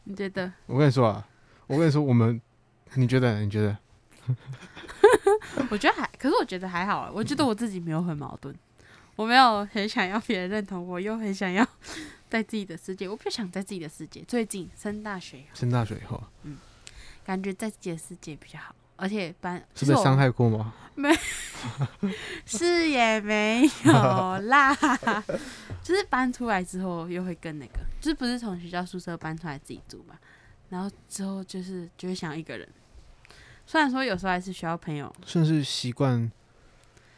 A: 你觉得？
B: 我跟你说啊，我跟你说，我们，你觉得？你觉得？
A: 我觉得还，可是我觉得还好啊。我觉得我自己没有很矛盾，我没有很想要别人认同我，又很想要 [LAUGHS] 在自己的世界。我不想在自己的世界。最近升大学，
B: 升大学以后，
A: 感觉在自己的世界比较好，而且班
B: 是被伤
A: 害
B: 害过吗？
A: 是也没有
B: [LAUGHS]
A: 啦，就是搬出来之后又会更那个，就是不是从学校宿舍搬出来自己住嘛，然后之后就是就会想要一个人。虽然说有时候还是需要朋友，
B: 算是习惯，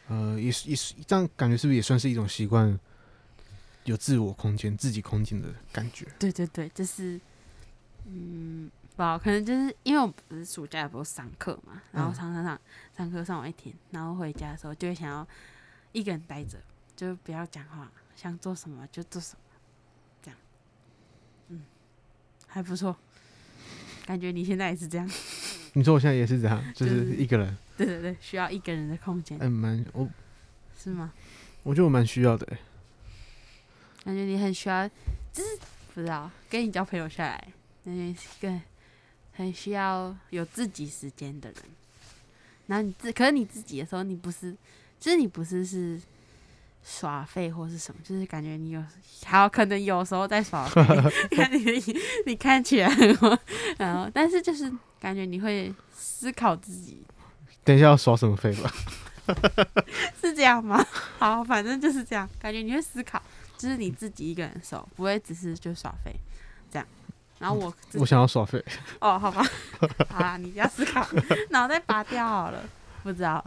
B: 呃，也是也是这样感觉，是不是也算是一种习惯？有自我空间、自己空间的感觉。
A: 对对对，就是嗯，不好，可能就是因为我不是暑假不是上课嘛，然后
B: 嗯
A: 上上上上课上完一天，然后回家的时候就会想要一个人待着，就不要讲话，想做什么就做什么，这样，嗯，还不错。感觉你现在也是这样， [LAUGHS]
B: 你说我现在也是这样，就
A: 就是是
B: 一个人，
A: 对对对，需要一个人的空间，
B: 嗯，蛮我
A: 是吗？
B: 我觉得我蛮需要的、欸。
A: 感觉你很需要，就是不知道跟你交朋友下来，感觉你是一个很需要有自己时间的人。然后你自，可是你自己的时候，你不是，就是你不是是耍废或是什么，就是感觉你有，好可能有时候在耍废， [LAUGHS] 看你你看起来很，然后但是就是感觉你会思考自己
B: 等一下要耍什么费吧？
A: 是这样吗？ [LAUGHS] 好，反正就是这样，感觉你会思考，就是你自己一个人的时候，不会只是就耍废这样。然后我自
B: 我想要耍费，
A: 哦，好吧， [LAUGHS] 好啦，你要思考， [LAUGHS] 脑袋拔掉好了，不知道。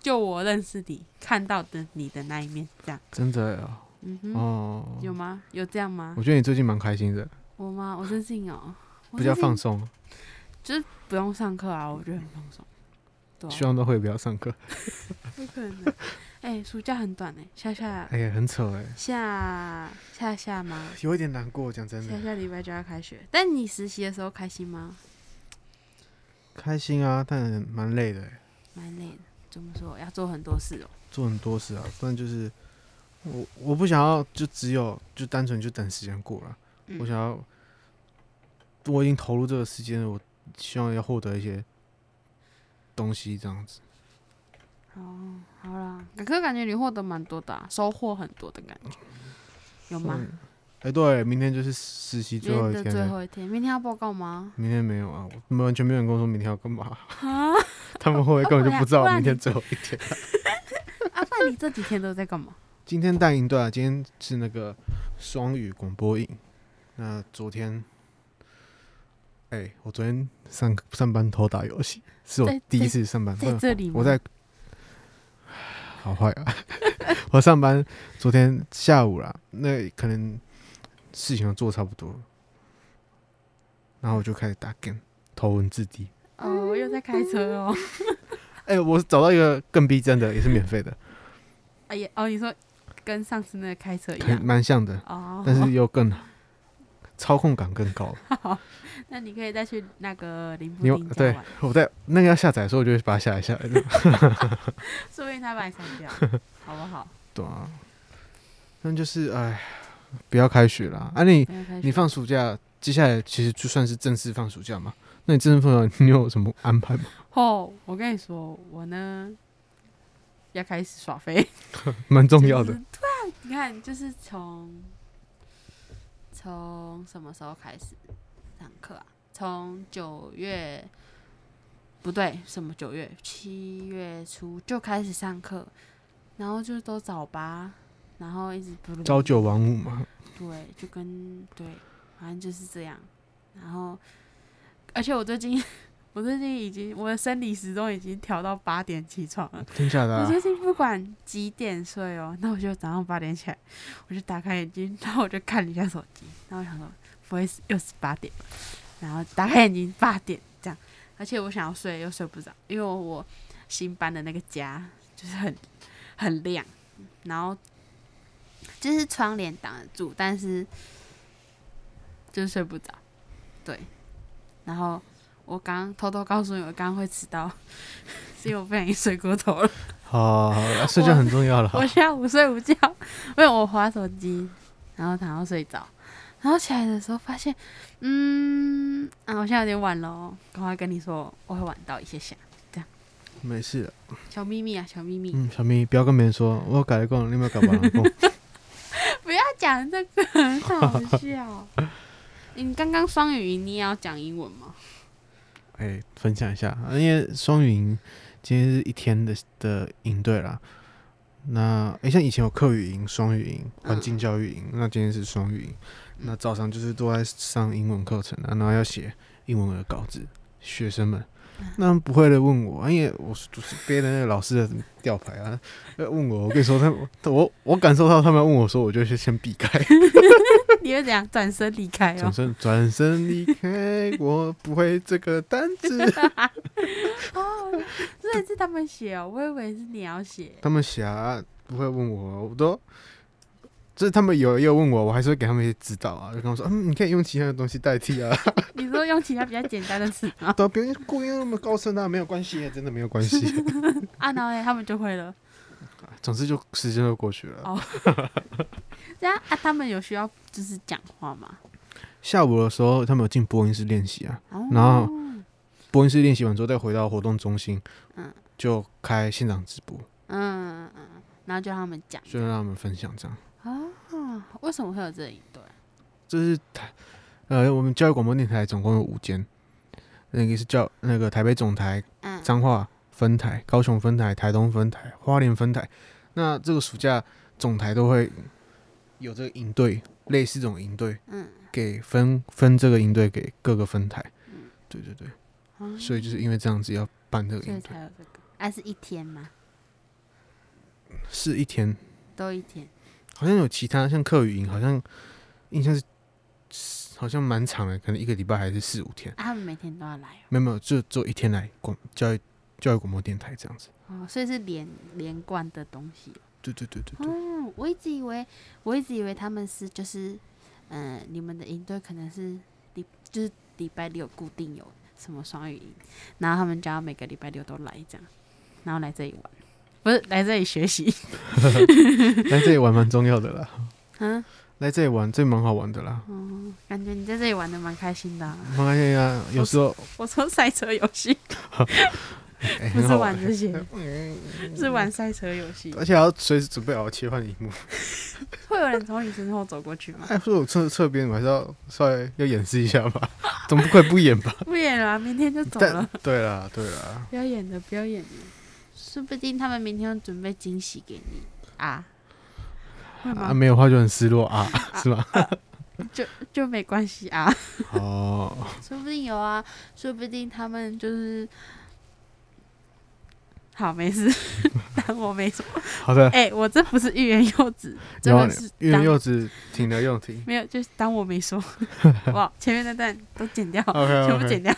A: 就我认识你，看到的你的那一面，这样，
B: 真的啊
A: 嗯哼，
B: 哦。
A: 有吗？有这样吗
B: 我？觉得你最近蛮开心的，
A: 我吗？我最近哦，我
B: 比较
A: 最近哦
B: 放，松，
A: 不用上课啊，我觉得很放松。对啊、
B: 希望都会不要上课。
A: 不可能。 [LAUGHS] 哎、暑假很短哎、下下
B: 哎呀，很扯哎、
A: 下下下吗？
B: 有一点难过，讲真
A: 下
B: 的。
A: 下礼拜就要开学，但你实习的时候开心吗？
B: 开心啊，但蛮累的、欸，
A: 蛮累的，怎么说？要做很多事哦。
B: 做很多事啊，不然就是我我不想要就只有就单纯就等时间过了，
A: 嗯
B: 我想要我已经投入这个时间了，我希望要获得一些东西这样子。
A: 哦，好啦，可是感觉你获得蛮多的、啊，收获很多的感觉，有吗？
B: 嗯哎、对，明天就是实习
A: 今
B: 最
A: 天
B: 后一天
A: 的最
B: 了。
A: 后一天，明天要报告吗？ [LAUGHS]
B: 明天没有啊，我完全没有人跟我说明天要干嘛， [LAUGHS] 他们会不
A: [LAUGHS]
B: 会根本就不知道
A: 不然
B: 明天
A: 你
B: 最后一天？
A: 啊，那你这几天都在干嘛？
B: 今天带营队啊，今天是那个双语广播营。那昨天，哎、我昨天上上班偷打
A: [LAUGHS]
B: 游戏，是我
A: 在
B: 第一次上班。
A: 在
B: 不
A: 这里吗？
B: 我在，好坏啊！ [LAUGHS] 我上班昨天下午啦，那可能事情都做差不多了，然后我就开始打 game，头文字 D。
A: 哦，我又在开车哦。 [LAUGHS]
B: 哎、我找到一个更逼真的，也是免费的，
A: 哎呀，哦，你说跟上次那个开车一
B: 很
A: 样
B: 蛮像的，
A: 哎哦，
B: 但
A: [LAUGHS]
B: 是又更操控感更高。
A: 那你可以再去那个林布
B: 你有
A: 丁家
B: 对
A: 玩，
B: [LAUGHS] 我在那个要下载的时候，我就会把它下载下来的。 [LAUGHS]
A: 说不定他把你删掉，好不好？
B: 对啊，但就是哎，不要开学啦。啊你，
A: 不要开
B: 你
A: 学
B: 放暑假，接下来其实就算是正式放暑假嘛。那你正式放暑假，你有什么安排吗？
A: 哦，我跟你说，我呢要开始耍飞， [LAUGHS]
B: 蛮重要
A: 就
B: 的
A: 是。对啊，你看，就是从从什么时候开始上课啊？从九月不对，什么九月？七月初就开始上课，然后就都早八，然后一直不
B: 朝九晚五
A: [LAUGHS]
B: 嘛，
A: 对，就跟对，反正就是这样。然后，而且我最近， [LAUGHS] 我最近已经我的生理时钟已经调到八点起床了。
B: 听下来、
A: 我
B: 啊
A: 最近不管几点睡哦，那我就早上八点起来，我就打开眼睛，然后我就看了一下手机，然后我想说不会是又是八点吧，然后打开眼睛八点这样，而且我想要睡又睡不着，因为我新搬的那个家就是很很亮，然后就是窗帘挡得住，但是就是睡不着，对，然后。我刚刚偷偷告诉你，我刚刚会迟到， [LAUGHS] 是因为我不小心睡过头了。
B: 好好好啊睡觉很重要了。
A: 我下午睡午觉，因为我划手机，然后躺到睡着，然后起来的时候发现，嗯，啊，我现在有点晚了哦，赶快跟你说，我会晚到一些下，
B: 没事的，
A: 小秘密啊，小秘密，
B: 嗯，小咪不要跟别人说，我改了工，你有没有改完了工？
A: 不要讲这个，很好笑。你刚刚双语，你也要讲英文吗？
B: 哎、分享一下，啊因为双语营今天是一天的的营队啦。那哎、像以前有课语营、双语营、环境教育营，那今天是双语营。那早上就是都在上英文课程啊，然后要写英文的稿子，学生们。那不会的问我，因为我是就是背了那个老师的吊牌啊，呃问我，我跟你说，他们我我感受到他们问我说，我就先先避开，
A: [LAUGHS] 你会怎样转身离开哦
B: [LAUGHS] 转？身转身离开，我不会这个单词。
A: 哦，这也是他们写哦，我以为是你要写。
B: 他们写啊不会问我，我都就是他们有也有问我，我还是会给他们一些指导啊，就跟他们说，嗯，你可以用其他的东西代替啊，？
A: 你说用其他比较简单的词吗
B: 都不用故意那么高深啊，没有关系，真的没有关系。 [LAUGHS]
A: 啊，然后嘞，他们就会了。
B: 总之就时间就过去了。
A: 哦这样啊，他们有需要就是讲话吗？
B: 下午的时候，他们有进播音室练习啊，
A: 哦
B: 然后播音室练习完之后再回到活动中心，
A: 嗯
B: 就开现场直播，
A: 嗯嗯嗯，然后就让他们讲
B: 就让他们分享这样。
A: 啊，为什么会有这一对？
B: 这是台呃，我们教育广播电台总共有五间，那个是叫那个台北总台、
A: 嗯
B: 彰化分台、高雄分台、台东分台、花莲分台。那这个暑假总台都会有这个营队，类似这种营队，
A: 嗯，
B: 给分分这个营队给各个分台。对对对，
A: 啊
B: 所以就是因为这样子要办这个
A: 所以
B: 营队，
A: 才有这个。啊，是一天吗？
B: 是一天，
A: 都一天。
B: 好像有其他像课语营，好像印象是好像蛮长的，可能一个礼拜还是四五天。
A: 啊，他们每天都要来
B: 没有没有，就做一天来广教育教育广播电台这样子。
A: 哦，哦所以是连连贯的东西。
B: 对对对对对，
A: 嗯，我一直以为，我一直以为他们是就是，嗯、你们的营队可能是礼就是礼拜六固定有什么双语营，然后他们就要每个礼拜六都来这样，然后来这里玩，不是来这里学习。
B: 来这里玩蛮重要的啦，
A: 嗯，
B: 来这里玩这蛮好玩的啦。
A: 感觉你在这里玩的蛮开心的啊、
B: 我发现啊，有时候
A: 我说赛车游戏
B: 哎
A: 不
B: 很
A: 是
B: 好
A: 玩
B: 玩，嗯
A: 这些，
B: [LAUGHS]
A: 是玩赛车游戏。
B: 而且还要随时准备好切换
A: [LAUGHS]
B: 荧幕。
A: 会有人从你身后走过去吗？
B: 哎，说我侧侧边，我还是要稍微要演示一下吧， [LAUGHS] 总不会不演
A: [LAUGHS]
B: 吧？
A: 不演了啊、明天就走
B: 但
A: 了。
B: 对啦对啦，
A: 不要演了，不要演了。说不定他们明天要准备惊喜给你啊。会吗？
B: 啊没有话就很失落
A: [LAUGHS]
B: 啊，是吧？
A: 就就没关系啊，
B: 哦，
A: [LAUGHS] 说不定有啊，说不定他们就是。好，没
B: [LAUGHS]
A: 事，当我没说。
B: 好的，
A: 哎、我这不是欲言又止，真
B: 然后
A: 的是
B: 因
A: 当
B: 为柚子停了又停
A: 没有，就是当我没
B: [LAUGHS]
A: 说。哇，前面那段都剪掉，
B: ，OK
A: 全部剪
B: OK，
A: 掉，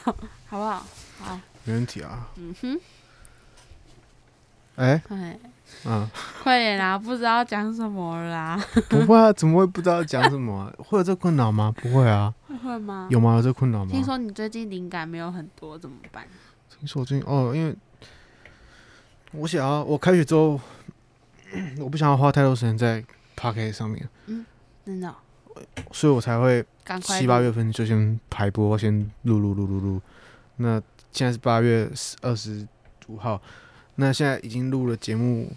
A: 好不好？好，
B: 没问题啊。
A: 嗯哼， [LAUGHS]
B: 哎，
A: 哎，
B: 嗯。
A: 快点啦，不知道讲什么了啦，
B: 不会啊，怎么会不知道讲什么、啊？会有这困扰吗？不会啊，
A: 会吗？
B: 有吗？有这困扰吗？
A: 听说你最近灵感没有很多，怎么办？
B: 听说最近哦，因为我想要，我开学之后， [CLEARS THROAT] 我不想要花太多时间在 p o c k e t 上面，
A: 真的哦、
B: 所以我才会
A: 赶快
B: 七八
A: 录
B: 月份就先排播，先录录录录录。那现在是八月二十五号，那现在已经录了节目。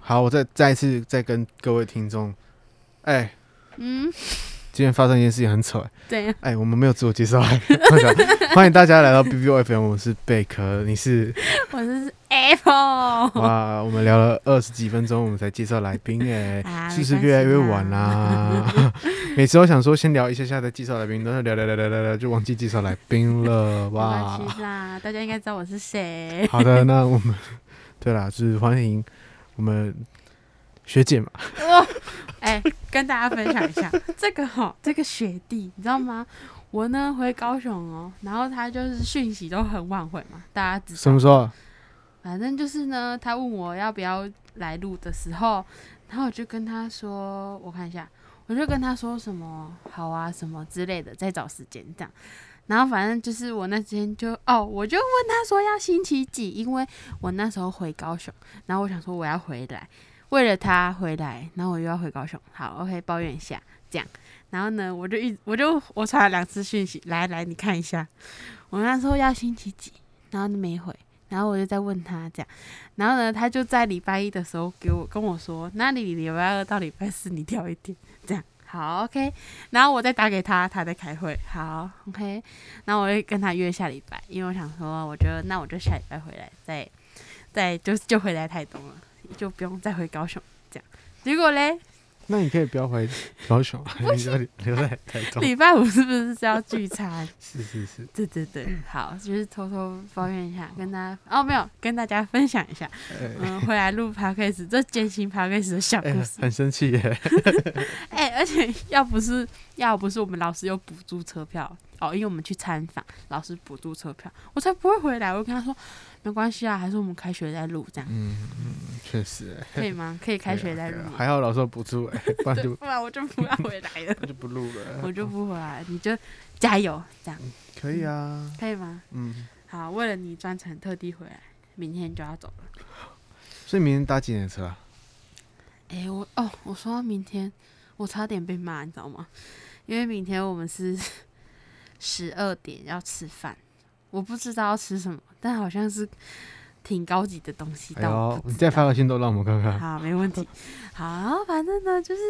B: 好，我再再一次再跟各位听众，哎、
A: 嗯，
B: 今天发生一件事情很扯、
A: 怎样？
B: 哎，我们没有自我介绍， [LAUGHS] 哎大家欢迎大家来到 B B O F M，我是贝壳，你是
A: 我是 [LAUGHS] Apple。
B: 哇，我们聊了二十几分钟，我们才介绍来宾，哎、
A: [LAUGHS] 啊
B: 是
A: 没
B: 不是
A: 关
B: 越来越
A: 系啦
B: 晚啦、 [LAUGHS]
A: [LAUGHS]
B: 每次都想说先聊一下下再介绍来宾，但是聊聊聊聊聊聊就忘记介绍来
A: [LAUGHS]
B: 宾了，
A: 没
B: 哇
A: 关，系啦，大家应该知道我是谁。
B: 好的，那我们对啦，就是欢迎我们学姐嘛，
A: 哦，哎，跟大家分享一
B: [LAUGHS]
A: 下这个哈、这个学弟，你知道吗？我呢回高雄哦，然后他就是讯息都很晚回嘛，大家知
B: 什么
A: 道。
B: 时候？啊
A: 反正就是呢，他问我要不要来录的时候，然后我就跟他说，我看一下，我就跟他说什么好啊什么之类的，再找时间这样。然后反正就是我那天就哦，我就问他说要星期几，因为我那时候回高雄，然后我想说我要回来，为了他回来，然后我又要回高雄。好，OK，抱怨一下这样。然后呢，我就一我就我传了两次讯息，来来，你看一下，我那时候要星期几，然后没回，然后我就再问他这样，然后呢，他就在礼拜一的时候给我跟我说，那你礼拜二到礼拜四你挑一天，这样好 OK。然后我再打给他，他在开会，好 OK。然后我会跟他约下礼拜，因为我想说，我觉得那我就下礼拜回来，再再就就回来台东了，就不用再回高雄这样。结果嘞，
B: 那你可以不要回高雄啊，你就留在台中。
A: 礼拜五是不是是要聚餐？ [LAUGHS]
B: 是是是，
A: 对对对，好，就是偷偷抱怨一下，跟大家哦没有跟大家分享一下，
B: 哎
A: 嗯，回来录 podcast 这艰辛 podcast 的小故
B: 哎，
A: 事。
B: 很生气耶！
A: 哎、而且要不是要不是我们老师有补助车票哦，因为我们去参访，老师补助车票，我才不会回来。我就跟他说没关系啊，还是我们开学再录，这样
B: 嗯嗯，确实耶，
A: 可以吗？可以开学
B: 对啊
A: 再
B: 对
A: 录
B: 啊
A: 吗？
B: 还好老师有补助哎，不然
A: 对，
B: 就，
A: 不然我就不要回来了 [LAUGHS]
B: 那就不录了。
A: 我就不回来，你就加油，这样
B: 可以啊，
A: 可以吗？
B: 嗯，
A: 好，为了你专程特地回来，明天就要走了。
B: 所以明天搭几点的车啊？
A: 哎、我哦，我说到明天，我差点被骂，你知道吗？因为明天我们是 [LAUGHS] 十二点要吃饭，我不知道要吃什么，但好像是挺高级的东西。
B: 哎
A: 但我
B: 呦，
A: 不
B: 你
A: 知
B: 再
A: 道
B: 发个信都让我们看看。
A: 好，没问题。好，然后反正呢，就是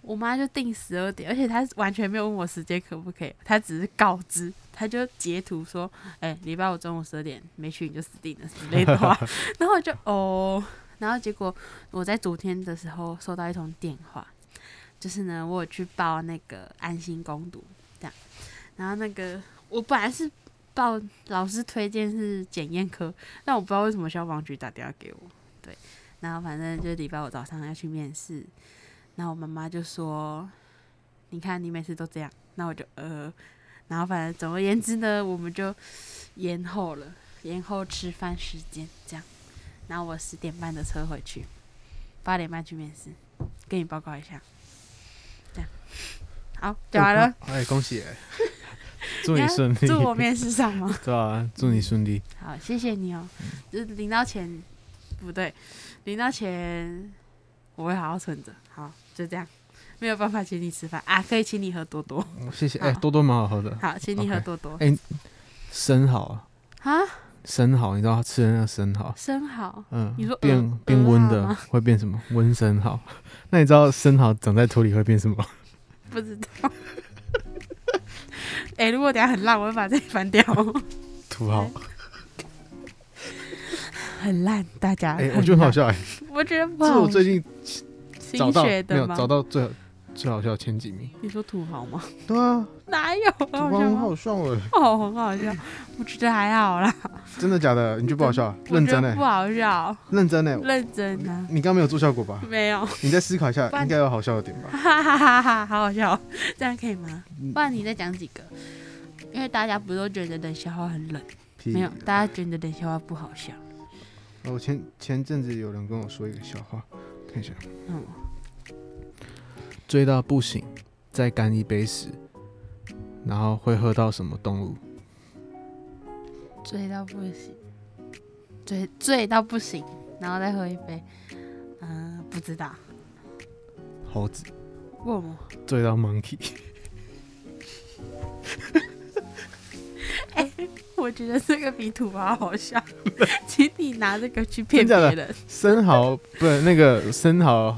A: 我妈就定十二点，而且她完全没有问我时间可不可以，她只是告知，她就截图说：“哎、礼拜五中午十二点没去你就死定了之类的话。”然后我就哦，然后结果我在昨天的时候收到一通电话，就是呢，我有去报那个安心攻读这样，然后那个我本来是。报老师推荐是检验科，但我不知道为什么消防局打电话给我，然后反正就是礼拜五早上要去面试，然后我妈妈就说：“你看你每次都这样。”那我就呃，然后反正总而言之呢，我们就延后了，延后吃饭时间这样。然后我十点半的车回去，八点半去面试，跟你报告一下。这样，好，讲完了。
B: 哎，恭喜耶！
A: 啊
B: 祝
A: 你
B: 你
A: 要
B: 顺利，
A: [LAUGHS] 祝我面试上吗？
B: 对啊，祝你顺利。
A: 好，谢谢你哦。就是领到钱，不对，领到钱我会好好存着。好，就这样，没有办法请你吃饭啊，可以请你喝多多。
B: 谢谢，哎，
A: 嗯好
B: 多多蛮好喝的，
A: 好，请你喝
B: OK
A: 多多。
B: 生蚝啊，
A: 啊，
B: 生蚝，你知道他吃的那个生蚝，
A: 生蚝
B: 嗯，
A: 你说鹅
B: 变变温
A: 鹅啊
B: 的
A: 吗
B: 会变什么？温
A: [LAUGHS]
B: 生蚝。那你知道生蚝长在土里会变什么？
A: 不知道。哎、如果等一下很烂，我会把这里翻掉。
B: 土豪。
A: [LAUGHS] 很烂，大家。
B: 哎，我觉得很好
A: 烂，
B: 笑哎，
A: 我觉得不
B: 这是
A: 好
B: 我。最近找
A: 新
B: 到
A: 学
B: 没
A: 的
B: 有
A: 吗？
B: 找到最最好笑的前几名。
A: 你说土豪吗？
B: 对啊，
A: 哪有？很
B: 土
A: 好
B: 豪
A: 笑
B: 很
A: 吗？
B: 好笑哎，
A: 哦，很好笑，我觉得还好啦，
B: 真的假的？你觉得不好笑啊？
A: 我
B: 认
A: 觉
B: 真
A: 得不
B: 哎，
A: 好笑，
B: 认真哎。
A: 认真啊。
B: 你刚刚没有做效果吧？
A: 没有，
B: 你再思考一下
A: 不，然
B: 应该有好笑的点吧？
A: [LAUGHS] 哈哈哈哈，好好笑 [LAUGHS] 哦，这样可以吗？不然你再讲几个，因为大家不都觉得冷笑话很冷，
B: 屁
A: 没有，大家觉得冷笑话不好笑。
B: 我前前阵子有人跟我说一个笑话，看一下。
A: 嗯，
B: 追到不行，再干一杯时，然后会喝到什么动物？
A: 醉到不行，醉醉到不行，然后再喝一杯。嗯、不知道，
B: 猴子。
A: 问我。
B: 追到 monkey。
A: 我觉得这个比土豪好笑， [LAUGHS] 请你拿这个去骗别
B: 真的假
A: 人，
B: 生蚝不是那个生蚝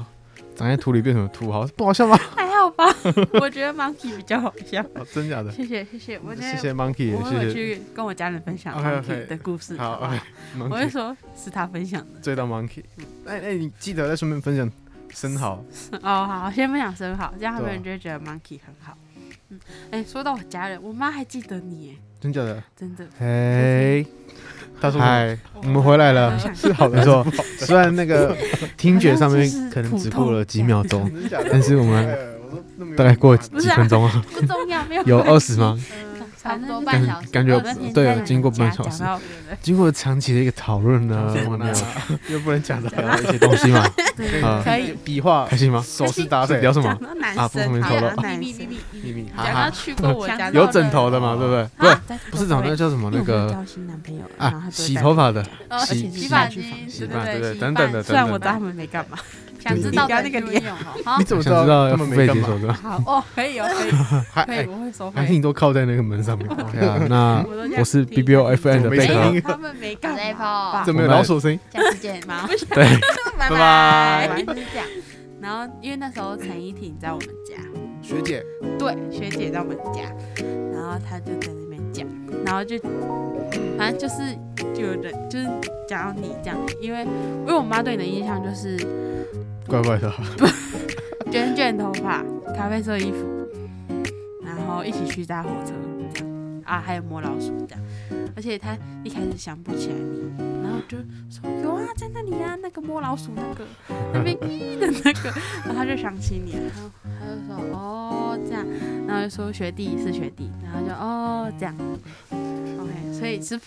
B: 长在土里变成土豪，不
A: [LAUGHS]
B: 好笑吗？
A: 还好吧？我觉得 monkey 比较好笑。
B: 哦、真假的？
A: 谢谢谢谢，我觉
B: 谢
A: 得
B: 谢
A: 我
B: monkey，也
A: 会
B: 谢
A: 有
B: 谢。
A: 去跟我家人分享
B: OK，OK
A: monkey 的故事。
B: 好
A: 不
B: 哎
A: 我会
B: ，monkey
A: 说是他分享的。
B: 追到 monkey。哎哎，你记得再顺便分享生蚝。
A: 哦，好，先分享生蚝，这样他
B: 对啊
A: 们就会觉得 monkey 很好。嗯，哎、说到我家人，我妈还记得你耶，
B: 真假的？
A: 真
B: [LAUGHS]
A: 的。
B: 嘿，
C: 他说什么
B: 嗨，我们回来了，
A: 哦
B: 是好的，错。 [LAUGHS] 虽然那个听觉上面可能只过了几秒钟，
C: 真假的？
B: 但是我们
C: 哎我都那么有
B: 大概过
C: 礼貌
A: 不
B: 几
A: 是啊
B: 分钟啊，
A: 不重要，没有
B: 有
A: 关
B: 二
A: 系
B: 十吗？？
A: 嗯
D: 差不多
A: 反
D: 半
A: 正
D: 小时，
B: 感觉有
D: 二十
B: 对
D: 分钟
B: 经过半小
A: 讲
B: 时
A: 讲到我了
B: 经过长期的一个讨论呢，
C: 讲什
B: 我
C: 么呢
B: 们
C: 又不能假的，
B: 聊了一些东 [LAUGHS] 西嘛，
A: 对
B: 啊
A: 可以
C: 比划
B: 开心吗？
C: 手势搭
B: 是
C: 配
B: 聊什么
A: 讲？到男
B: 啊不方
A: 生，哎讲
B: 便透露
A: 到男
D: 秘密秘
A: 生，
C: 秘
D: 密
C: 密，
A: 讲到去过我家，
B: [LAUGHS] 有枕头的嘛，对不对？不是，
A: 啊对
B: 不是长得叫什么那个
A: 交新男朋友
B: 啊，洗头发的，
D: 哦
B: 洗
D: 洗
B: 洗
D: 发
A: 去
D: 精
A: 房，
B: 洗
D: 对
B: 发
D: 对
B: 对对
D: 洗
B: 等
D: 发
B: 等的
A: 虽然我
B: 等
A: 知道他们没干嘛。
D: 想知道的人就会用哈，好
C: 你怎么
B: 想知道
C: 他
B: 要
C: 们
B: 付
C: 没
B: 费
C: 干
B: 解
C: 嘛？
B: 锁
A: [LAUGHS]
B: 的，
A: 好哦，可以哦，可以
B: 还
A: 可以，
B: 还
A: 我会收
B: 还
A: 费。
B: 挺都靠在那个门上面。OK 啊，那
A: 我 [LAUGHS] 都这样
B: 我是
A: 听
B: B B O F N 的
C: 怎么
B: 贝
C: 没声
B: 壳
C: 音，
A: 他们没干
D: 好嘞
A: 嘛吧
D: 炮
B: 怎么有老鼠的声音？
D: 下次见，妈，
A: [LAUGHS]
B: 对，拜
D: 拜
B: 拜
D: 就是这样。
A: 然后因为那时候陈依婷在我们家，
B: 学姐，
A: 对，学姐在我们家，然后她就在那边讲，然后就反正就是有人就是讲到你这样，因为因为我妈对你的印象就是
B: 怪怪的，
A: 卷卷头发，咖啡色衣服，然后一起去搭火车，这样啊，还有摸老鼠这样。而且他一开始想不起来你，然后就说有啊，在那里啊，那个摸老鼠那个，那边咦的那个，然后他就想起你了，然后他就说哦这样，然后就说学弟是学弟，然后就哦这样，OK，所以是。